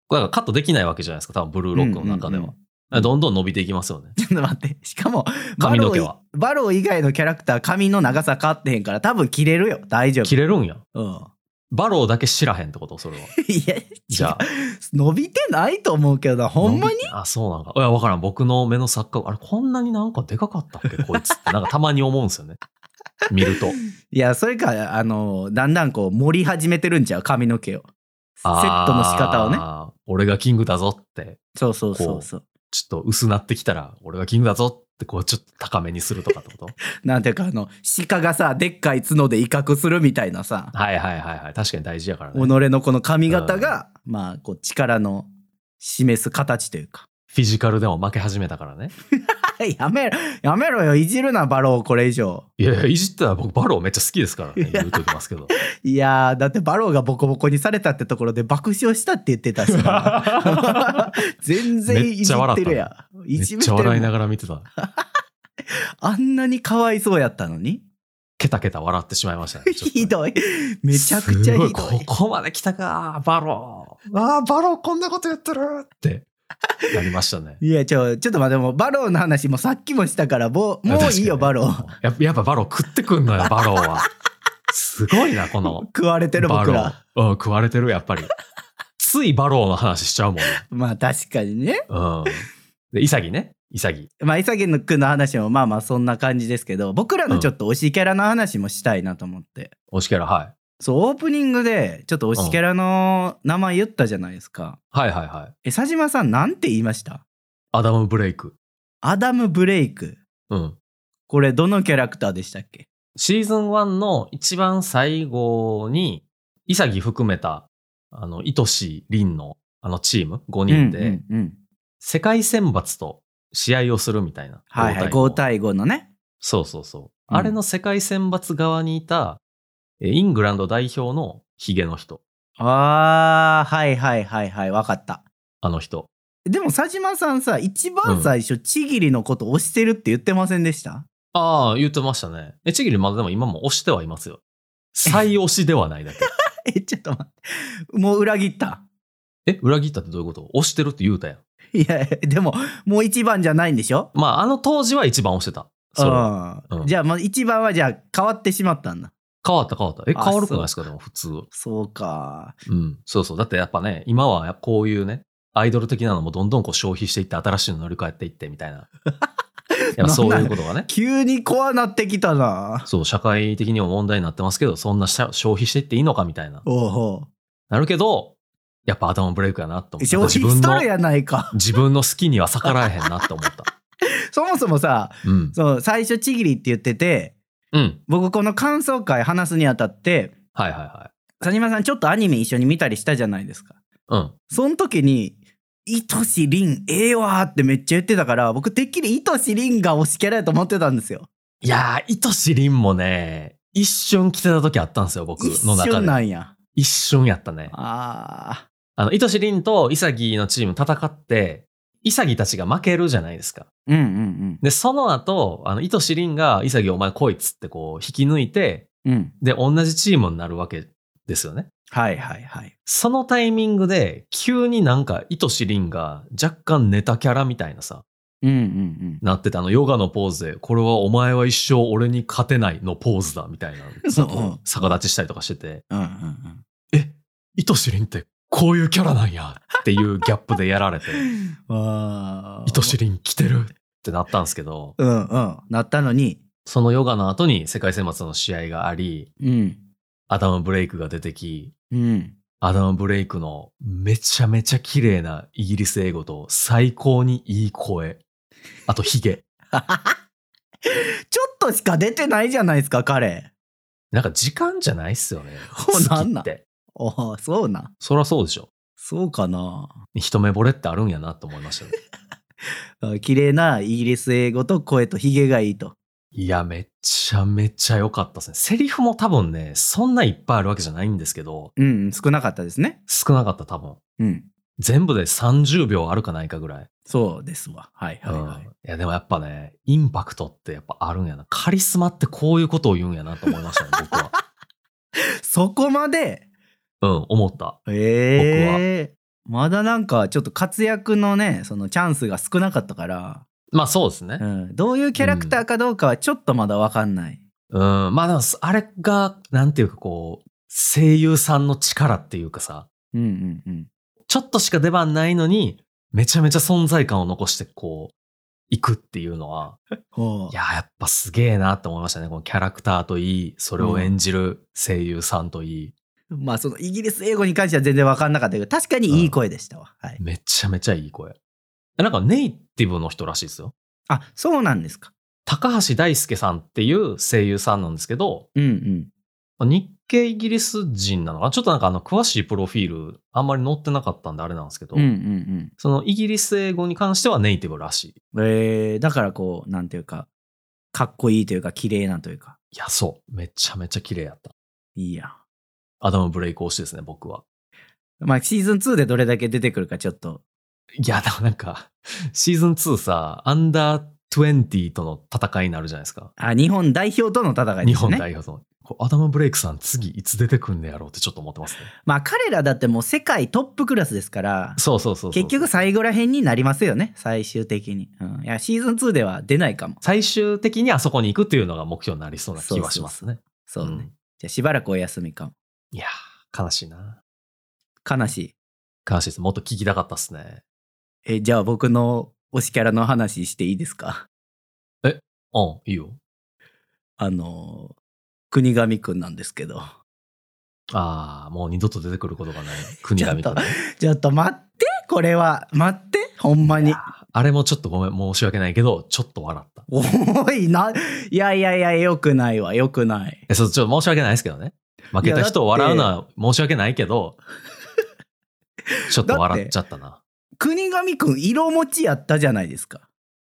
Speaker 2: だからカットできないわけじゃないですか、多分ブルーロックの中では。
Speaker 1: うんうんうん
Speaker 2: だからどんどん伸びていきますよね。
Speaker 1: ちょっと待ってしかもバ
Speaker 2: 髪
Speaker 1: ロ
Speaker 2: の毛
Speaker 1: ー
Speaker 2: は。
Speaker 1: バロー以外のキャラクター髪の長さ変わってへんから多分切れるよ大丈夫
Speaker 2: 切れるんや。
Speaker 1: うん <laughs>
Speaker 2: バローだけ知らへんってことそれは。
Speaker 1: いや
Speaker 2: じゃあ。
Speaker 1: 伸びてないと思うけどなほんまに
Speaker 2: 伸びあ、そうなんか。いや、わからん。僕の目の錯覚。あれ、こんなになんかでかかったっけこいつって。なんかたまに思うんですよ
Speaker 1: <laughs>
Speaker 2: ね。見ると。
Speaker 1: いやそれかあのだんだんこう盛り始めてるんちゃう髪の毛をセットの仕方をね
Speaker 2: ね。俺がキングだぞって。
Speaker 1: そうそうそうそう
Speaker 2: ちょっと薄なってきたら、俺がキングだぞって、こう、ちょっと高めにするとかってこと
Speaker 1: <laughs> なんていうかあの鹿がさでっかい角で威嚇するみたいなさ、
Speaker 2: はいはいはいはい。確かに大事やからね。
Speaker 1: 己
Speaker 2: フ
Speaker 1: のこの髪型が、まあこう力の示す形というか <laughs>
Speaker 2: ィジカルでも負け始めたからね。
Speaker 1: やめろやめろよいじるなバローこれ以上
Speaker 2: いやいや、いじったら僕、バローめっちゃ好きですからね。言うとき
Speaker 1: <laughs>
Speaker 2: ますけど。
Speaker 1: いやーだってバローがボコボコにされたってところで爆笑したって言ってたし
Speaker 2: <laughs>
Speaker 1: な全然いじってるや
Speaker 2: め
Speaker 1: <laughs> い
Speaker 2: っ
Speaker 1: じめ
Speaker 2: ち
Speaker 1: て
Speaker 2: ゃ
Speaker 1: るも
Speaker 2: 笑いなんがら見てた。
Speaker 1: あんなにかわいそうやったのに
Speaker 2: ケタケタ <laughs> 笑ってしまいましたね。ちょっとね
Speaker 1: ひどいめちゃくちゃひどい
Speaker 2: すごいここまで来たか、バロああ、バローこんなことやってるってなりました <laughs> ね。
Speaker 1: いや、ちょ、ちょっと待って、もうバローの話もさっきもしたから、もう、もういいよ、
Speaker 2: 確かに
Speaker 1: バロー。
Speaker 2: やっぱやっぱバロー食ってくんのよ、バローは。すごいな、こ <laughs> の。
Speaker 1: 食われてる
Speaker 2: バ
Speaker 1: 僕
Speaker 2: ロ
Speaker 1: ら。
Speaker 2: ー。うん、食われてる、やっぱり。ついバローの話しちゃうもんね。
Speaker 1: まあ確かにね。
Speaker 2: うん。で、イサギね。イサギ。
Speaker 1: まあ、イサギのくんの話もまあまあそんな感じですけど、僕らのちょっと推しキャラの話もしたいなと思って。
Speaker 2: 推しキャラ、はい。
Speaker 1: そう、オープニングでちょっと推しキャラの名前言ったじゃないですか。
Speaker 2: はいはいはい。
Speaker 1: え、佐島さんなんて言いました
Speaker 2: アダム・ブレイク。
Speaker 1: アダム・ブレイク。
Speaker 2: うん。
Speaker 1: これどのキャラクターでしたっけ
Speaker 2: シーズン1の一番最後に、イサギ含めた、あの、愛しいリンの、あのチーム、5人で、
Speaker 1: うんうんうん
Speaker 2: 世界選抜と試合をするみたいな。
Speaker 1: はいはい、5
Speaker 2: 交代の
Speaker 1: 対5のね。
Speaker 2: そうそうそう。
Speaker 1: うん
Speaker 2: あれの世界選抜側にいた、えイングランド代表のヒゲの人、
Speaker 1: あー、はいはいはいはい、わかった。
Speaker 2: あの人。
Speaker 1: でも佐島さんさ、一番最初、ちぎりのこと推してるって言ってませんでした
Speaker 2: ああ、言ってましたね。え、ちぎりまだでも今も推してはいますよ。再推しではない
Speaker 1: <laughs>
Speaker 2: だけ。
Speaker 1: え、ちょっと待って。もう裏切った。
Speaker 2: え、裏切ったってどういうこと推してるって言うたやん。
Speaker 1: いや、でも、もう一番じゃないんでしょ
Speaker 2: まあ、あの当時は一番推してた。それは
Speaker 1: うん
Speaker 2: うん
Speaker 1: じゃあ、まあ、一番はじゃあ変わってしまったんだ。
Speaker 2: 変わった変わった。え、
Speaker 1: あ
Speaker 2: 変わるくないですかでも普通。う
Speaker 1: そうか。
Speaker 2: ん。そうそう。だってやっぱね、今はこういうね、アイドル的なのもどんどんこう消費していって、新しいの乗り換えていってみた
Speaker 1: <laughs>
Speaker 2: いな。やっぱそういうことがね。
Speaker 1: 急に怖なってきたな。
Speaker 2: そう、社会的にも問題になってますけど、そんなしゃ消費していっていいのかみたいな。
Speaker 1: おうほ
Speaker 2: なるけど、やっぱ頭ブレイクやなと
Speaker 1: う。
Speaker 2: 思った。
Speaker 1: 消費
Speaker 2: 自
Speaker 1: し
Speaker 2: 分
Speaker 1: と
Speaker 2: の
Speaker 1: る、やないか。
Speaker 2: 自分の好きには逆らえへんなって思った。
Speaker 1: そもそもさ、 <laughs>
Speaker 2: うん。
Speaker 1: そう、最初ちぎりって言ってて、
Speaker 2: うん。
Speaker 1: 僕この感想会話すにあたって、
Speaker 2: はいはいはい。
Speaker 1: 佐島さんちょっとアニメ一緒に見たりしたじゃないですか。
Speaker 2: うん。
Speaker 1: その時に、いとしりん、ええわーってめっちゃ言ってたから、僕てっきりいとしりんが推しキャラやと思ってたんですよ。
Speaker 2: いやー、いとしりんもね、一瞬来てた時あったんですよ、僕
Speaker 1: 一
Speaker 2: の中
Speaker 1: 瞬な
Speaker 2: で。
Speaker 1: んや。
Speaker 2: 一瞬やったね。
Speaker 1: あ
Speaker 2: あの、いとしりんとイサギのチーム戦って、イサギたちが負けるじゃないですか。
Speaker 1: ーうんうん
Speaker 2: で、その後、あの、いとしりんがイサギお前来いっつってこう引き抜いて、
Speaker 1: うん。うん。
Speaker 2: で、同じチームになるわけですよね。
Speaker 1: はいはいはい。
Speaker 2: そのタイミングで、急になんか、いとしりんが若干ネタキャラみたいなさ、
Speaker 1: うんうん
Speaker 2: なってたあのヨガのポーズで、これはお前は一生俺に勝てないのポーズだ、みたいな、
Speaker 1: そう
Speaker 2: こう逆立ちしたりとかしてて、
Speaker 1: うん。うんうん
Speaker 2: いとしりんってこういうキャラなんやっていうギャップでやられて、
Speaker 1: うん。わ
Speaker 2: いとしりん来てるってなったんですけど、
Speaker 1: うんうん。なったのに。
Speaker 2: そのヨガの後に世界選抜の試合があり、
Speaker 1: うん。
Speaker 2: アダム・ブレイクが出てき、
Speaker 1: うん。 <laughs>
Speaker 2: アダム・ブレイクのめちゃめちゃ綺麗なイギリス英語と最高にいい声。あとヒゲ。
Speaker 1: ちょっとしか出てないじゃないですか、彼。
Speaker 2: なんか時間じゃないっすよね。
Speaker 1: そうなんなん
Speaker 2: 好きって。
Speaker 1: おーそうな。
Speaker 2: そりゃそうでしょ。
Speaker 1: そうかな。
Speaker 2: 一目惚れってあるんやなと思いましたね。
Speaker 1: あ綺麗なイギリス英語と声とヒゲがいいと。
Speaker 2: いや、めちゃめちゃ良かったですね。セリフも多分ね、そんないっぱいあるわけじゃないんですけど、
Speaker 1: うんうん、少なかったですね。
Speaker 2: 少なかった多分。
Speaker 1: うん。
Speaker 2: 全部で30秒あるかないかぐらい。
Speaker 1: そうですわ。はいはいはい。
Speaker 2: うんいや、でもやっぱね、インパクトってやっぱあるんやな。カリスマってこういうことを言うんやなと思い
Speaker 1: <laughs>
Speaker 2: ましたね、僕は。
Speaker 1: そこまで、
Speaker 2: うん、思った。
Speaker 1: ええまだなんかちょっと活躍のね、そのチャンスが少なかったから、
Speaker 2: まあそうですね
Speaker 1: う。ん、どういうキャラクターかどうかはちょっとまだわかんない。
Speaker 2: うん、まあでも、あれが、なんていうかこう、声優さんの力っていうかさ、
Speaker 1: うんうんうん。
Speaker 2: ちょっとしか出番ないのに、めちゃめちゃ存在感を残してこう、行くっていうのは、
Speaker 1: ほ
Speaker 2: いや、やっぱすげえなって思いましたね。このキャラクターといい、それを演じる声優さんといい、
Speaker 1: う。まあそのイギリス英語に関しては全然わかんなかったけど、確かにいい声でしたわ。はい。
Speaker 2: めちゃめちゃいい声。なんかネイティブの人らしいですよ。
Speaker 1: あ、そうなんですか。
Speaker 2: 高橋大輔さんっていう声優さんなんですけど、
Speaker 1: うんうん。
Speaker 2: 日系イギリス人なのかなちょっとなんかあの詳しいプロフィールあんまり載ってなかったんであれなんですけど、
Speaker 1: うんうん
Speaker 2: そのイギリス英語に関してはネイティブらしい。
Speaker 1: うん。えー、だからこう、なんていうか、かっこいいというか、綺麗なというか、
Speaker 2: いや、そう。めちゃめちゃ綺麗やった。
Speaker 1: いいやん。
Speaker 2: アダム・ブレイク推しですね、僕は。
Speaker 1: まあシーズン2でどれだけ出てくるかちょっと。
Speaker 2: いや、でもなんか、 <laughs> シーズン2さ、アンダー20との戦いになるじゃないですか。
Speaker 1: あ、日本代表との戦いですね。
Speaker 2: 日本代表との。これアダム・ブレイクさん次いつ出てくんねやろうってちょっと思ってますね。
Speaker 1: まあ彼らだってもう世界トップクラスですから
Speaker 2: そうそうそうそう
Speaker 1: 結局最後ら辺になりますよね最終的に、うん、いやシーズン2では出ないかも
Speaker 2: 最終的にあそこに行くっていうのが目標になりそうな気はしますね。
Speaker 1: そうね、
Speaker 2: うん
Speaker 1: じゃあしばらくお休みかも
Speaker 2: いやー、悲しいな。
Speaker 1: 悲しい
Speaker 2: 悲しいです。もっと聞きたかったっすね。
Speaker 1: えじゃあ僕の推しキャラの話していいですか
Speaker 2: うん、いいよ。
Speaker 1: あの国神くんなんですけど
Speaker 2: ああ、もう二度と出てくることが <laughs> ない。国神とね。
Speaker 1: ちょっと待ってこれは待ってほんま
Speaker 2: い
Speaker 1: に
Speaker 2: やーあれもちょっとごめん、申し訳ないけど、ちょっと笑った。
Speaker 1: おいないやいやいやよくないわよくない
Speaker 2: え、そう、ちょっと申し訳ないですけどね。負けた人を笑うのは申し訳ないけど、ちょっと笑っちゃったな。
Speaker 1: 国神くん色持ちやったじゃないですか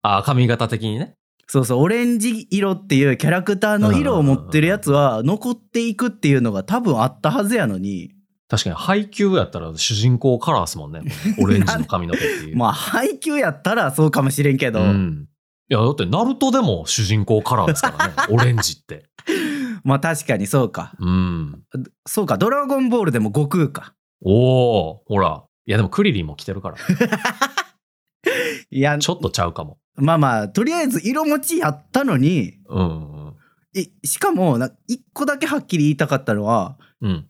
Speaker 2: あー髪型的にね。
Speaker 1: そうそうオレンジ色っていうキャラクターの色を持ってるやつは残っていくっていうのが多分あったはずやのに
Speaker 2: 確かに配給やったら主人公カラーっすもんね。オレンジの髪の毛って <laughs> いう。
Speaker 1: まあ配給やったらそうかもしれんけど、
Speaker 2: うん。いや、だって、ナルトでも主人公カラーです <laughs> からね。オレンジって。
Speaker 1: まあ確かにそうか
Speaker 2: うん。
Speaker 1: そうかドラゴンボールでも悟空か
Speaker 2: おー、ほら。いや、でもクリリンも着
Speaker 1: <laughs>
Speaker 2: てるから。
Speaker 1: いや
Speaker 2: ちょっとちゃうかも。
Speaker 1: まあまあとりあえず色持ちやったのに
Speaker 2: うんうん
Speaker 1: えしかもな一個だけはっきり言いたかったのは
Speaker 2: うん。うん。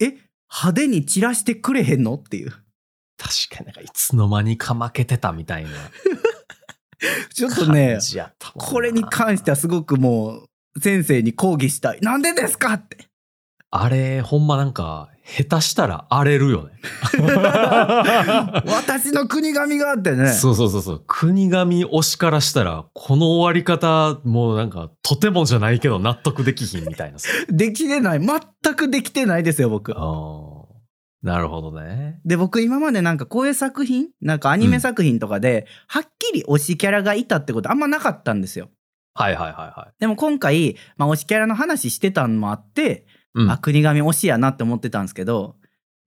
Speaker 1: 派手に散らしてくれへんのっていう
Speaker 2: 確かになんかいつの間にか負けてたみたいな
Speaker 1: ちょっとね
Speaker 2: 感じやったもんな
Speaker 1: これに関してはすごくもう先生に抗議したいなんでですか
Speaker 2: <laughs>
Speaker 1: って
Speaker 2: あれ、ほんまなんか、下手したら荒れるよ
Speaker 1: <laughs>
Speaker 2: ね。
Speaker 1: 私の国神があってね
Speaker 2: そうそうそうそう。国神推しからしたら、この終わり方、もうなんか、とてもじゃないけど納得できひんみ
Speaker 1: <laughs>
Speaker 2: たいなさ。
Speaker 1: できてない全くできてないですよ僕
Speaker 2: あーなるほどね。
Speaker 1: で僕今までなんかこういう作品なんかアニメ作品とかで、はっきり推しキャラがいたってことあんまなかったんですよ
Speaker 2: はいはいはいはい。
Speaker 1: でも今回、まあ、推しキャラの話してたのもあって、
Speaker 2: うん
Speaker 1: あ国神推しやなって思ってたんですけど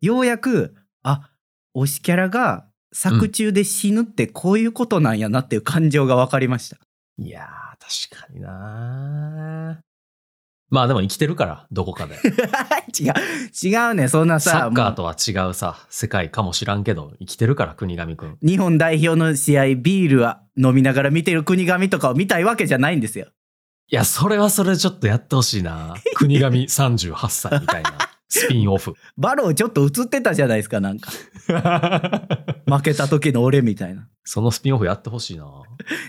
Speaker 1: ようやくあ推しキャラが作中で死ぬってこういうことなんやなっていう感情が分かりま
Speaker 2: <laughs>
Speaker 1: した、
Speaker 2: いやー、確かになまあでも生きてるから、どこか
Speaker 1: <laughs>
Speaker 2: で。
Speaker 1: 違う違うねそんなさ
Speaker 2: サッカー
Speaker 1: も
Speaker 2: とは違うさ、世界かもしらんけど、生きてるから、国神くん。
Speaker 1: う日本代表の試合ビールは飲みながら見てる国神とかを見たいわけじゃないんですよ
Speaker 2: いや、それはそれちょっとやってほし
Speaker 1: <laughs>
Speaker 2: いな。国神38歳みたいな、スピンオフ。
Speaker 1: バローちょっと映ってたじゃないですかなん
Speaker 2: <laughs>
Speaker 1: か負けた時の俺みたいな
Speaker 2: そのスピンオフやってほしいな。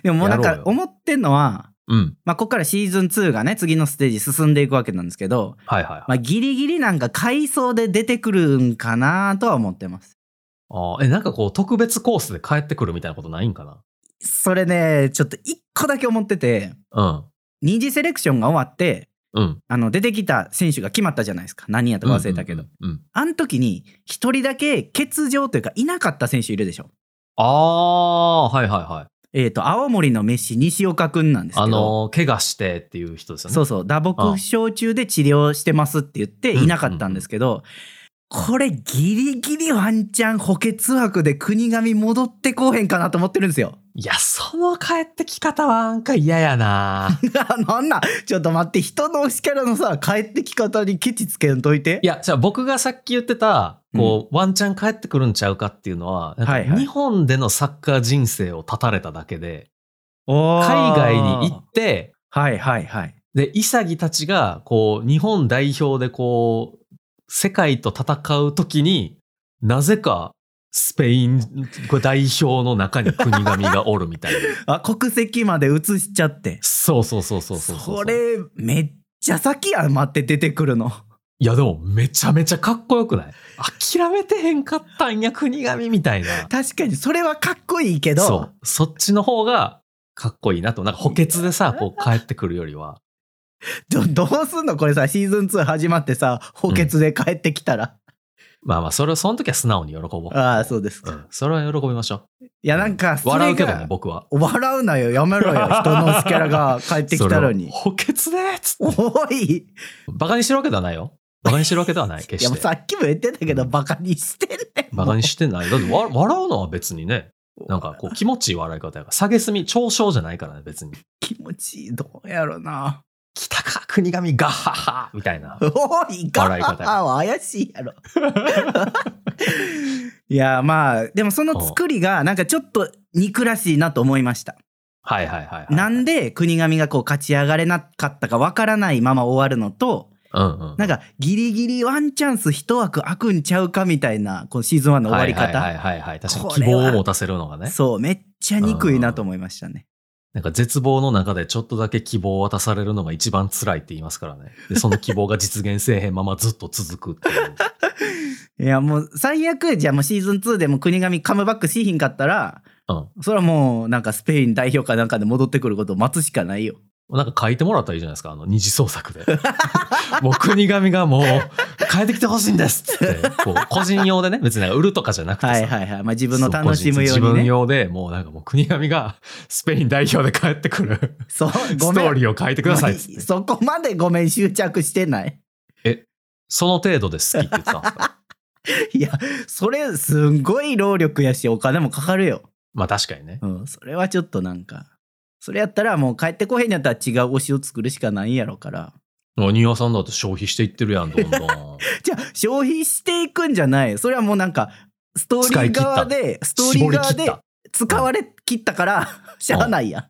Speaker 1: でももうなん
Speaker 2: やろう
Speaker 1: か
Speaker 2: よ
Speaker 1: 思ってんのは
Speaker 2: うん。
Speaker 1: まあ、ここからシーズン2がね次のステージ進んでいくわけなんですけど、
Speaker 2: はいはい、はい
Speaker 1: まあ、ギリギリなんか回想で出てくるんかなとは思ってます
Speaker 2: あー。え、なんかこう、特別コースで帰ってくるみたいなことないんかな
Speaker 1: それねちょっと一個だけ思ってて二次セレクションが終わって
Speaker 2: うん。うん。
Speaker 1: あの出てきた選手が決まったじゃないですか何やとか忘れたけど、
Speaker 2: うんうんうんうん
Speaker 1: あの時に一人だけ欠場というかいなかった選手いるでしょ
Speaker 2: ああー、はいはいはい。
Speaker 1: えっ、と青森のメッシ西岡くんなんですけど
Speaker 2: あのー、怪我してっていう人ですよね。
Speaker 1: そうそう打撲症中で治療してますって言って
Speaker 2: うん
Speaker 1: いなかったんですけど、これギリギリワンチャン補欠枠で国神戻ってこうへんかなと思ってるんですよ。 <laughs>
Speaker 2: いや、その帰ってき方はなんか嫌や
Speaker 1: <laughs>
Speaker 2: な。
Speaker 1: なんなんちょっと待って人の推しキャラのさ帰ってき方にケチつけんといて
Speaker 2: い。や、じゃあ僕がさっき言ってた、こう、ワンチャン帰ってくるんちゃうかっていうのは、なんか
Speaker 1: はいはい
Speaker 2: 日本でのサッカー人生を断たれただけで、
Speaker 1: 海
Speaker 2: 海外に行って、
Speaker 1: はいはいはい。
Speaker 2: で、イサギたちが、こう、日本代表でこう、世界と戦うときに、なぜか、スペイン代表の中に国神がおるみたい
Speaker 1: <laughs>
Speaker 2: な。
Speaker 1: あ国籍まで移しちゃって。
Speaker 2: そうそうそうそうそうう。
Speaker 1: それめっちゃ先や待って出てく
Speaker 2: <laughs>
Speaker 1: るの。
Speaker 2: いや、でもめちゃめちゃかっこよくない諦めてへんかったんや、国神みたいな。
Speaker 1: 確かにそれはかっこいいけど。
Speaker 2: そう。そっちの方がかっこいいなと。なんか補欠でさ、こう帰ってくるよりは。
Speaker 1: どどうすんのこれさシーズン2始まってさ補欠で帰ってきたら、
Speaker 2: まあまあ、それを、その時は素直に喜ぼう。
Speaker 1: ああそうです
Speaker 2: う
Speaker 1: か、い
Speaker 2: ん。それは喜びましょ
Speaker 1: やなんか
Speaker 2: う。
Speaker 1: それが
Speaker 2: 笑うけどね、僕は。
Speaker 1: 笑うなよやめろ
Speaker 2: <laughs>
Speaker 1: よ人の推しキャラが帰ってきたの
Speaker 2: それを
Speaker 1: に
Speaker 2: 補欠でっつって
Speaker 1: おい
Speaker 2: バカにしてるわけではないよ。バカにしてるわけではない、
Speaker 1: <laughs>
Speaker 2: 決
Speaker 1: いやも
Speaker 2: し
Speaker 1: う
Speaker 2: て
Speaker 1: さ。っきも言ってたけど、
Speaker 2: うん
Speaker 1: バカにしてんねん
Speaker 2: バカに
Speaker 1: し
Speaker 2: してない。だってわ笑うのは別にね、なんかこう気持ちいい笑い方やから。下げすみ、嘲笑じゃないからね、別に。
Speaker 1: 気持ちいいどうやろな
Speaker 2: 北か国神ガッハッハみたいな。
Speaker 1: おい、ガ
Speaker 2: 笑い
Speaker 1: ッ
Speaker 2: 方
Speaker 1: ハは怪しいやろ。 <laughs> いや、まあ、でもその作りが、なんかちょっと憎らしいなと思いました。
Speaker 2: はいはいはい、はい。
Speaker 1: なんで国神がこう勝ち上がれなかったかわからないまま終わるのと、
Speaker 2: うんうん。
Speaker 1: なんかギリギリワンチャンス一枠開くんちゃうかみたいな、このシーズン1の終わり方。
Speaker 2: はいはいはい、はい。確かに
Speaker 1: こ
Speaker 2: 希
Speaker 1: れは
Speaker 2: 望を持たせるのがね。
Speaker 1: そう、めっちゃ憎いなと思いましたね。
Speaker 2: なんか絶望の中でちょっとだけ希望を渡されるのが一番辛いって言いますからね。で、その希望が実現せえへんままずっと続くっていう。
Speaker 1: いや、もう最悪、じゃあもうシーズン2でも国神カムバックしひんかったら、
Speaker 2: うん。
Speaker 1: それはもうなんかスペイン代表かなんかで戻ってくることを待つしかないよ。
Speaker 2: なんか書いてもらったらいいじゃないですか、あの二次創作
Speaker 1: <laughs>
Speaker 2: で。もう国神がもう変えてきてほしいんですっつって、こう個人用でね、別になんか売るとかじゃなくてさ。
Speaker 1: はいはいはい。まあ自分の楽しむよ
Speaker 2: そう個人自
Speaker 1: うに
Speaker 2: 分
Speaker 1: ね。
Speaker 2: 用で、もうなんかもう国神がスペイン代表で帰ってくる
Speaker 1: そう、
Speaker 2: スト
Speaker 1: ごめん。
Speaker 2: ーリーを書いてくださいっつって。
Speaker 1: そこまでごめん執着してない。
Speaker 2: その程度で好きって言ってたんですか
Speaker 1: いや、それすんごい労力やしお金もかかるよ。
Speaker 2: まあ確かにね。
Speaker 1: うん、それはちょっとなんか。それやったらもう帰ってこへんやったら違う推しを作るしかないんやろから。
Speaker 2: もう庭さんだって消費していってるやん、どん
Speaker 1: <laughs>
Speaker 2: どん。
Speaker 1: じゃあ消費していくんじゃない。それはもうなんか、ストーリー側で、ストーリー
Speaker 2: 絞り切
Speaker 1: 側
Speaker 2: っ
Speaker 1: で
Speaker 2: た。
Speaker 1: 使われ切ったから、しゃあないやん。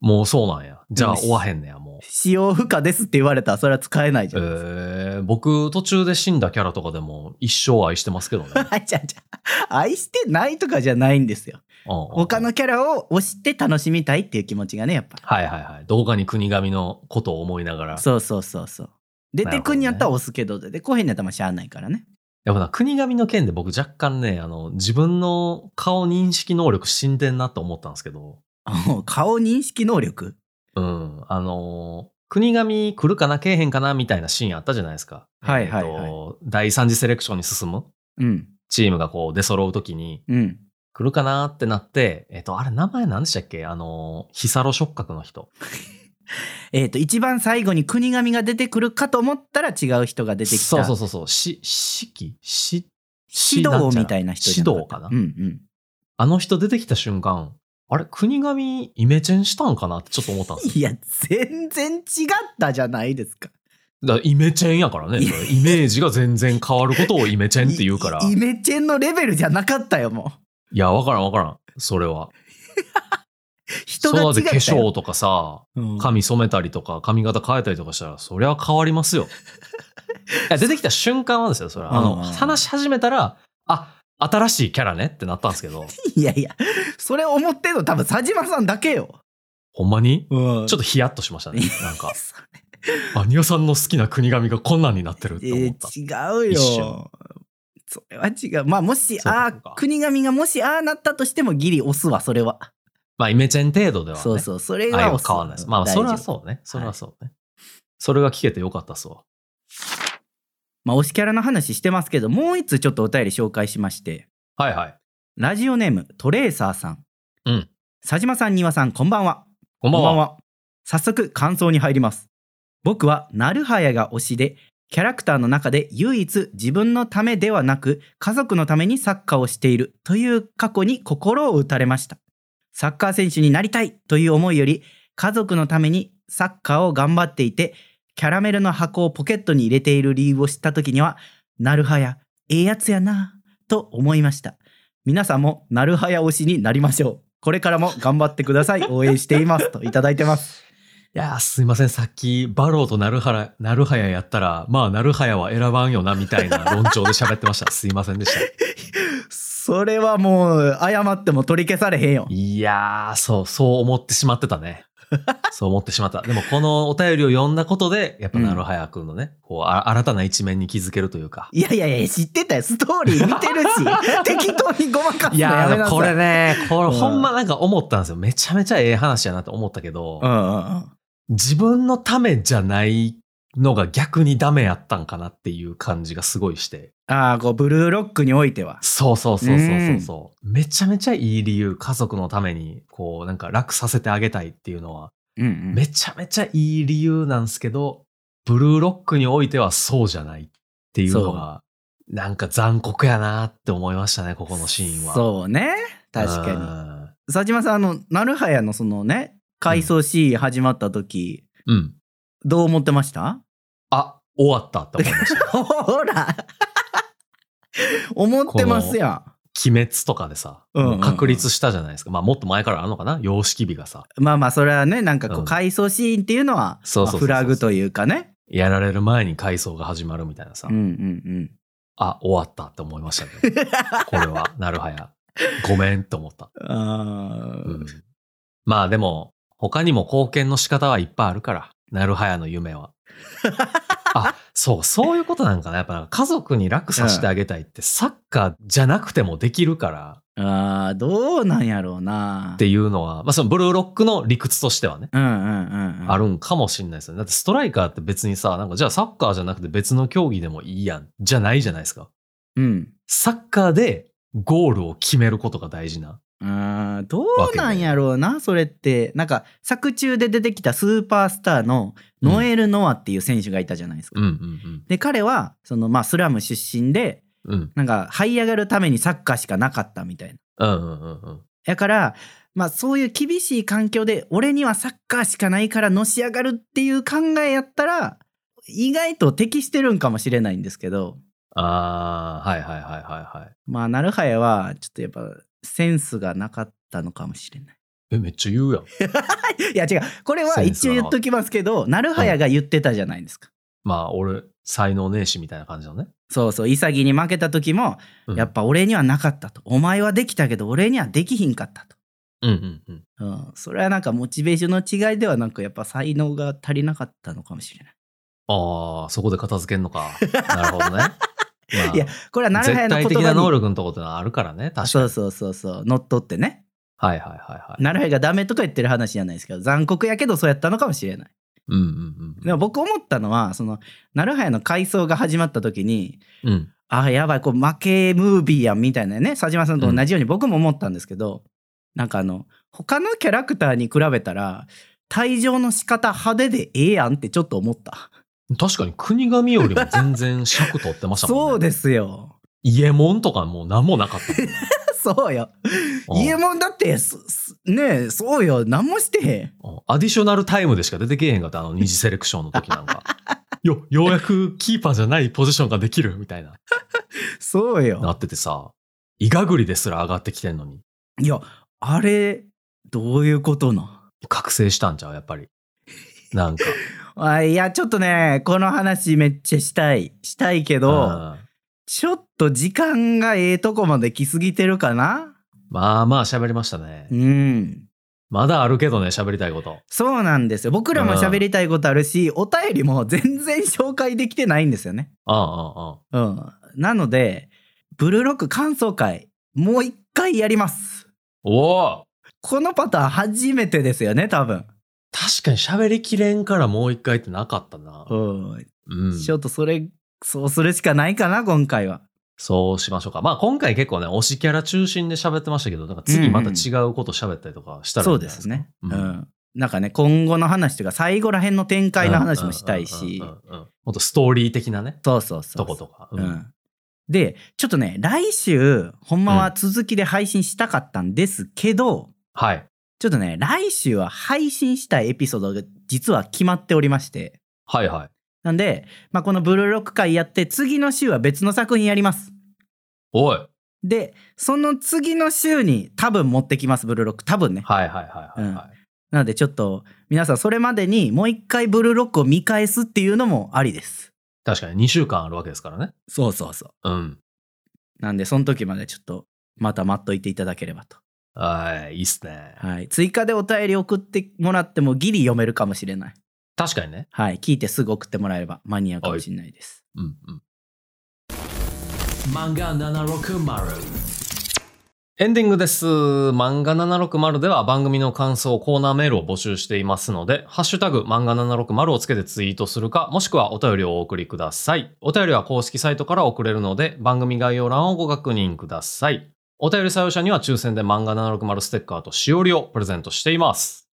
Speaker 2: もうそうなんや。じゃ
Speaker 1: う
Speaker 2: あ
Speaker 1: ん
Speaker 2: 終わへんねや、もう。
Speaker 1: 使用不可ですって言われた <laughs> らそれは使えないじ
Speaker 2: え
Speaker 1: ゃん。
Speaker 2: ー、僕途中で死んだキャラとかでも一生愛してますけど
Speaker 1: <laughs>
Speaker 2: ね。
Speaker 1: あじゃあじゃあ愛してないとかじゃないんですよ。他
Speaker 2: 他
Speaker 1: のキャラを推して楽しみたいっていう気持ちがね、やっぱ。
Speaker 2: はいはいはい。動画に国神のことを思いながら。や
Speaker 1: そうそうそうそう。出てくんやったら押すけど、で、こうへんやったらまあしゃあないからね。
Speaker 2: っぱな、国神の件で僕若干ね、あの、自分の顔認識能力死んでんなと思ったんですけど、
Speaker 1: あ顔認識能力
Speaker 2: うん、あの、国神来るかな、けえへんかな、みたいなシーンあったじゃないですか。
Speaker 1: はいはいはい
Speaker 2: えーと第三次セレクションに進む
Speaker 1: うん。
Speaker 2: チームがこう出揃うときに、
Speaker 1: うん。
Speaker 2: 来るかなってなって、えっ、と、あれ名前何でしたっけあの、ヒサロ触覚の人。
Speaker 1: えっ、と、一番最後に国神が出てくるかと思ったら違う人が出てきた。
Speaker 2: そうそうそうそう。し、四季し、
Speaker 1: 指導みたいな人じゃ
Speaker 2: 指
Speaker 1: な
Speaker 2: 導
Speaker 1: った
Speaker 2: かな、
Speaker 1: うんうん。
Speaker 2: あの人出てきた瞬間、あれ、国神イメチェンしたんかなってちょっと思ったんですよ。
Speaker 1: いや、全然違ったじゃないですか。
Speaker 2: だからイメチェンやからね。
Speaker 1: い
Speaker 2: それイメージが全然変わることをイメチェンって言うから。
Speaker 1: イイ
Speaker 2: い
Speaker 1: メチェンのレベルじゃなかったよ、も
Speaker 2: や、わからんわからん。それは。
Speaker 1: う。人
Speaker 2: そ
Speaker 1: が
Speaker 2: れ
Speaker 1: 違
Speaker 2: だっ
Speaker 1: った
Speaker 2: て
Speaker 1: よ。
Speaker 2: 化粧とかさ、
Speaker 1: うん
Speaker 2: 髪染めたりとか、髪型変えたりとかしたら、そりゃ変わ
Speaker 1: <laughs>
Speaker 2: りますよ。いや出てきた瞬間はですよ、それは。あ
Speaker 1: う
Speaker 2: の、
Speaker 1: んうんうん
Speaker 2: 話し始めたら、あ、新しいキャラねってなったんです
Speaker 1: <laughs>
Speaker 2: けど、
Speaker 1: いやいや、それ思ってんの多分佐島さんだけよ。
Speaker 2: ほんまに
Speaker 1: うん
Speaker 2: ち
Speaker 1: っ
Speaker 2: ょっとヒヤッとしましたね。なんか、
Speaker 1: そ
Speaker 2: あ、ニオさんの好きな国神がこんなんになってるっ
Speaker 1: れ
Speaker 2: て思った。
Speaker 1: 違う
Speaker 2: 一
Speaker 1: よ
Speaker 2: 瞬。
Speaker 1: それは違う。まあ、もし、
Speaker 2: そう
Speaker 1: あ
Speaker 2: か
Speaker 1: あ
Speaker 2: そうか
Speaker 1: ー、国神がもしああなったとしてもギリ押すわ、それは。
Speaker 2: まあ、イメチェン程度では、ね。
Speaker 1: そうそう、それ
Speaker 2: 愛
Speaker 1: は
Speaker 2: は
Speaker 1: 押すわ。
Speaker 2: 変わらないです。まあ、
Speaker 1: 大
Speaker 2: そ
Speaker 1: 丈夫
Speaker 2: れはそうね。それはそうね。それが聞けてよかったっすわ。
Speaker 1: まあ、推しキャラの話してますけど、もう一つちょっとお便り紹介しまして、
Speaker 2: はいはい。
Speaker 1: ラジオネーム、トレーサーさん。
Speaker 2: うん。
Speaker 1: 佐島さん、庭さん、こんばんは。
Speaker 2: こんばんは。
Speaker 1: 早速、感想に入ります。僕は、なるはやが推しで、キャラクターの中で唯一自分のためではなく、家族のためにサッカーをしているという過去に心を打たれました。サッカー選手になりたいという思いより、家族のためにサッカーを頑張っていて、キャラメルの箱をポケットに入れている理由を知った時には、なるはや、ええやつやなぁと思いました。皆さんもなるはや推しになりましょう。これからも頑張ってください。応援しています。といただいてます。
Speaker 2: いやーすいません。さっき、バローとなるはら、なるはややったら、まあ、なるはやは選ばんよな、みたい <laughs> な論調で喋ってました。すいませんでした。
Speaker 1: それはもう、謝っても取り消されへんよ。
Speaker 2: いやー、そう、そう思ってしまってたね。そう思ってしまった。でも、このお便りを読んだことで、やっぱ、なるはやくんのね、こうあ、新たな一面に気づけるというか。
Speaker 1: いやいやいや、知ってたよ。ストーリー見てるし、 <laughs> 適当にごまかすの
Speaker 2: いや
Speaker 1: やめな
Speaker 2: ー、
Speaker 1: さい。
Speaker 2: これね、こ
Speaker 1: う
Speaker 2: れ、
Speaker 1: ん
Speaker 2: ほんまなんか思ったんですよ。めちゃめちゃええ話やなって思ったけど、
Speaker 1: うんうんうん。
Speaker 2: 自分のためじゃないのが逆にダメやったんかなっていう感じがすごいして。
Speaker 1: ああ、こう、ブルーロックにおいては。
Speaker 2: そうそうそうそうそうそう。めちゃめちゃいい理由、家族のために、こう、なんか楽させてあげたいっていうのは、
Speaker 1: うんうん
Speaker 2: めちゃめちゃいい理由なんですけど、ブルーロックにおいてはそうじゃないっていうのが、なんか残酷やなって思いましたね、ここのシーンは。
Speaker 1: そうね。確かに。
Speaker 2: に。
Speaker 1: 佐島さんあのなるはやのそのね回想シーン始まった時、
Speaker 2: うん。
Speaker 1: どう思ってました
Speaker 2: あ、終わったって思い
Speaker 1: <laughs>
Speaker 2: ました。
Speaker 1: ほら思ってますや
Speaker 2: 鬼滅とかでさ、
Speaker 1: うんうんうん
Speaker 2: 確立したじゃないですか。まあもっと前からあるのかな様式美がさ、
Speaker 1: ん。まあまあ、それはね、なんかこ
Speaker 2: う
Speaker 1: う、
Speaker 2: ん
Speaker 1: 回想シーンっていうのは、
Speaker 2: そう
Speaker 1: まあ
Speaker 2: そうそうそう
Speaker 1: フラグというかね。
Speaker 2: やられる前に回想が始まるみたいなさ、
Speaker 1: うんうん
Speaker 2: あ、終わったって思いましたね。
Speaker 1: <laughs>
Speaker 2: これは、なるはや。ごめんと思った。
Speaker 1: うん。あ
Speaker 2: う
Speaker 1: ー
Speaker 2: ん、まあでも、他にも貢献の仕方はいっぱいあるから、なるはやの夢
Speaker 1: <laughs>
Speaker 2: は。あ、そう、そういうことなんかな。やっぱなんか家族に楽させてあげたいって、サッカーじゃなくてもできるから
Speaker 1: あー、どうなんやろうな。
Speaker 2: っていうのは、まあそのブルーロックの理屈としてはね。
Speaker 1: うんうんうんうん。
Speaker 2: あるんかもしれないですよね。だってストライカーって別にさ、なんかじゃあサッカーじゃなくて別の競技でもいいやん、じゃないじゃないですか。
Speaker 1: うん。
Speaker 2: サッカーでゴールを決めることが大事な。
Speaker 1: あーどうなんやろうな、それって。なんか、作中で出てきたスーパースターのノエル・ノアっていう選手がいたじゃないですか。
Speaker 2: うんうん
Speaker 1: で、彼は、その、まあ、スラム出身で、
Speaker 2: うん。うん
Speaker 1: なんか、這い上がるためにサッカーしかなかったみたいな。
Speaker 2: うんうんうんうん。
Speaker 1: だから、まあ、そういう厳しい環境で、俺にはサッカーしかないからのし上がるっていう考えやったら、意外と適してるんかもしれないんですけど、
Speaker 2: ああ、はいはいはいはいはい。
Speaker 1: まあ、なるはやは、ちょっとやっぱ、センスがなかったのかもしれない。 <laughs>
Speaker 2: え、めっちゃ言うやん。
Speaker 1: いや違うこれは一応言っときますけどなるはやが言ってたじゃないですか、
Speaker 2: まあ俺、才能ねえしみたいな感じのね。
Speaker 1: そうそう潔に負けた時も、
Speaker 2: うん
Speaker 1: やっぱ俺にはなかったとお前はできたけど俺にはできひんかった
Speaker 2: うんうんうん。
Speaker 1: と、うん、それはなんかモチベーションの違いではなくやっぱ才能が足りなかったのかもしれない
Speaker 2: ああ、そこで片付けん
Speaker 1: <laughs>
Speaker 2: のか。なるほどね。まあ
Speaker 1: いやこれはなる
Speaker 2: 絶
Speaker 1: はやの
Speaker 2: 対的
Speaker 1: 言葉
Speaker 2: な能
Speaker 1: に
Speaker 2: 力のとこってのはあるからね。確かに。
Speaker 1: そうそうそうそう乗っ取ってね
Speaker 2: はいはいはいはい。
Speaker 1: なるはやがダメとか言ってる話じゃないですけど残酷やけどそうやったのかもしれない
Speaker 2: うんうん
Speaker 1: でも僕思ったのはそのなるはやの回想が始まった時に
Speaker 2: うん。うん。
Speaker 1: あやばいこれ負けムービーやんみたいなね佐島さんと同じように僕も思ったんですけど、なんかあの他のキャラクターに比べたら退場の仕方派手でええやんってちょっと思った、
Speaker 2: 確かに国神よりも全然尺取ってましたもん
Speaker 1: <laughs>
Speaker 2: ね。
Speaker 1: そうですよ
Speaker 2: 家門とかもう何もなかった
Speaker 1: <laughs>
Speaker 2: もんね、
Speaker 1: そうよ
Speaker 2: うん
Speaker 1: 家もんだってすすねえそうよ何もしてへん
Speaker 2: うんアディショナルタイムでしか出てけえへんかった、あの二次セレクションの時
Speaker 1: <laughs>
Speaker 2: なんか。よ、ようやくキーパーじゃないポジションができるみたいな。
Speaker 1: そう
Speaker 2: な
Speaker 1: よ
Speaker 2: っててさ、イガグリですら上がってきてんのに、
Speaker 1: いやあれどういうことなん
Speaker 2: 覚醒したんちゃうやっぱり。なんか。
Speaker 1: あいやちょっとねこの話めっちゃしたいしたいけ <laughs> ど
Speaker 2: うん
Speaker 1: ちょっと時間がええとこまで来すぎてるかな
Speaker 2: まあまあ喋りましたね
Speaker 1: う。ん
Speaker 2: まだあるけどね、喋りたいこと。
Speaker 1: そうなんですよ。僕らも喋りたいことあるし、お便りも全然紹介できてないんですよね。
Speaker 2: うんうん
Speaker 1: うん。なので、ブルーロック感想会、もう一回やります。
Speaker 2: うん。おお
Speaker 1: このパターン初めてですよね、多分。
Speaker 2: 確かに喋りきれんからもう一回ってなかったな。
Speaker 1: うん。
Speaker 2: うん。
Speaker 1: ちょっとそれ、そうするしかないかな、今回は。
Speaker 2: そうしましょうか。まあ今回結構ね、推しキャラ中心で喋ってましたけど、なんか次また違うこと喋ったりとかしたらい
Speaker 1: そ
Speaker 2: いん
Speaker 1: う
Speaker 2: じゃ
Speaker 1: で
Speaker 2: ない
Speaker 1: すね。う。
Speaker 2: うんん
Speaker 1: なんかね、今後の話というか、最後ら辺の展開の話もしたい
Speaker 2: うん
Speaker 1: し
Speaker 2: うんう、んうんうんうんもっとストーリー的なね、
Speaker 1: そうそうそう。
Speaker 2: とことか。うん
Speaker 1: うんで、ちょっとね、来週、ほんまは続きで配信したかったんですけど、
Speaker 2: はい。
Speaker 1: ちょっとね、来週は配信したいエピソードが実は決まっておりまして。
Speaker 2: はいはい。
Speaker 1: なんで、まあ、このブルーロック会やって、次の週は別の作品やります。
Speaker 2: おい。はい
Speaker 1: で、その次の週に多分持ってきます、ブルーロック。多分ね。
Speaker 2: はいはいはい、はい
Speaker 1: なので、ちょっと、皆さんそれまでにもう一回ブルーロックを見返すっていうのもありです。
Speaker 2: 確かに2週間あるわけですからね。
Speaker 1: そうそうそう。
Speaker 2: うん。
Speaker 1: なんで、その時までちょっと、また待っといていただければと。
Speaker 2: はい、いいっすね。
Speaker 1: はい。追加でお便り送ってもらってもギリ読めるかもしれない。
Speaker 2: 確かにね。
Speaker 1: はい。聞いてすぐ送ってもらえれば間に合うかもしれないです。
Speaker 2: うんうん。漫画760。エンディングです。漫画760では番組の感想、コーナーメールを募集していますので、ハッシュタグ漫画760をつけてツイートするか、もしくはお便りをお送りください。お便りは公式サイトから送れるので、番組概要欄をご確認ください。お便り採用者には抽選で漫画760ステッカーとしおりをプレゼントしています。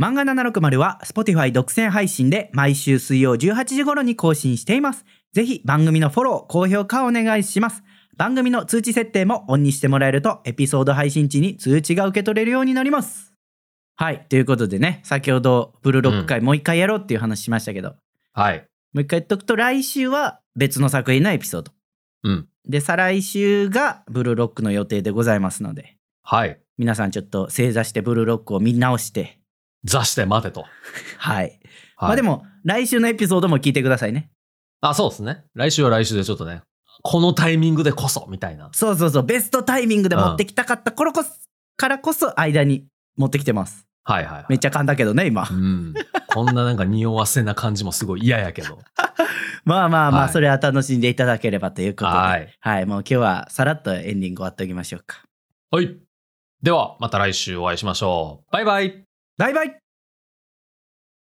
Speaker 1: 漫画760は Spotify 独占配信で毎週水曜18時頃に更新しています。ぜひ番組のフォロー、高評価をお願いします。番組の通知設定もオンにしてもらえるとエピソード配信時に通知が受け取れるようになります。はいということでね先ほどブルーロック会もう一回やろうっていう話しましたけど、
Speaker 2: はい。
Speaker 1: もう一回言っとくと来週は別の作品のエピソード
Speaker 2: うん。
Speaker 1: で再来週がブルーロックの予定でございますので
Speaker 2: はい。
Speaker 1: 皆さんちょっと正座してブルーロックを見直して
Speaker 2: 座して待てと。はい、
Speaker 1: はい、まあでも来週のエピソードも聞いてくださいね
Speaker 2: あ、そうですね。来週は来週でちょっとね、このタイミングでこそ、みたいな。
Speaker 1: そうそうそうベストタイミングで持ってきたかった頃こそからこそ間に持ってきてます
Speaker 2: はいはい、はい。
Speaker 1: めっちゃ噛んだけどね今、 <laughs>
Speaker 2: うん。こんななんか匂わせな感じもすごい嫌や
Speaker 1: <laughs>
Speaker 2: けど。
Speaker 1: まあまあまあ、
Speaker 2: はい
Speaker 1: それは楽しんでいただければということでは、
Speaker 2: はいい。
Speaker 1: もう今日はさらっとエンディング終わっておきましょうか
Speaker 2: はい。では、また来週お会いしましょう。バイバイ。
Speaker 1: バイバイ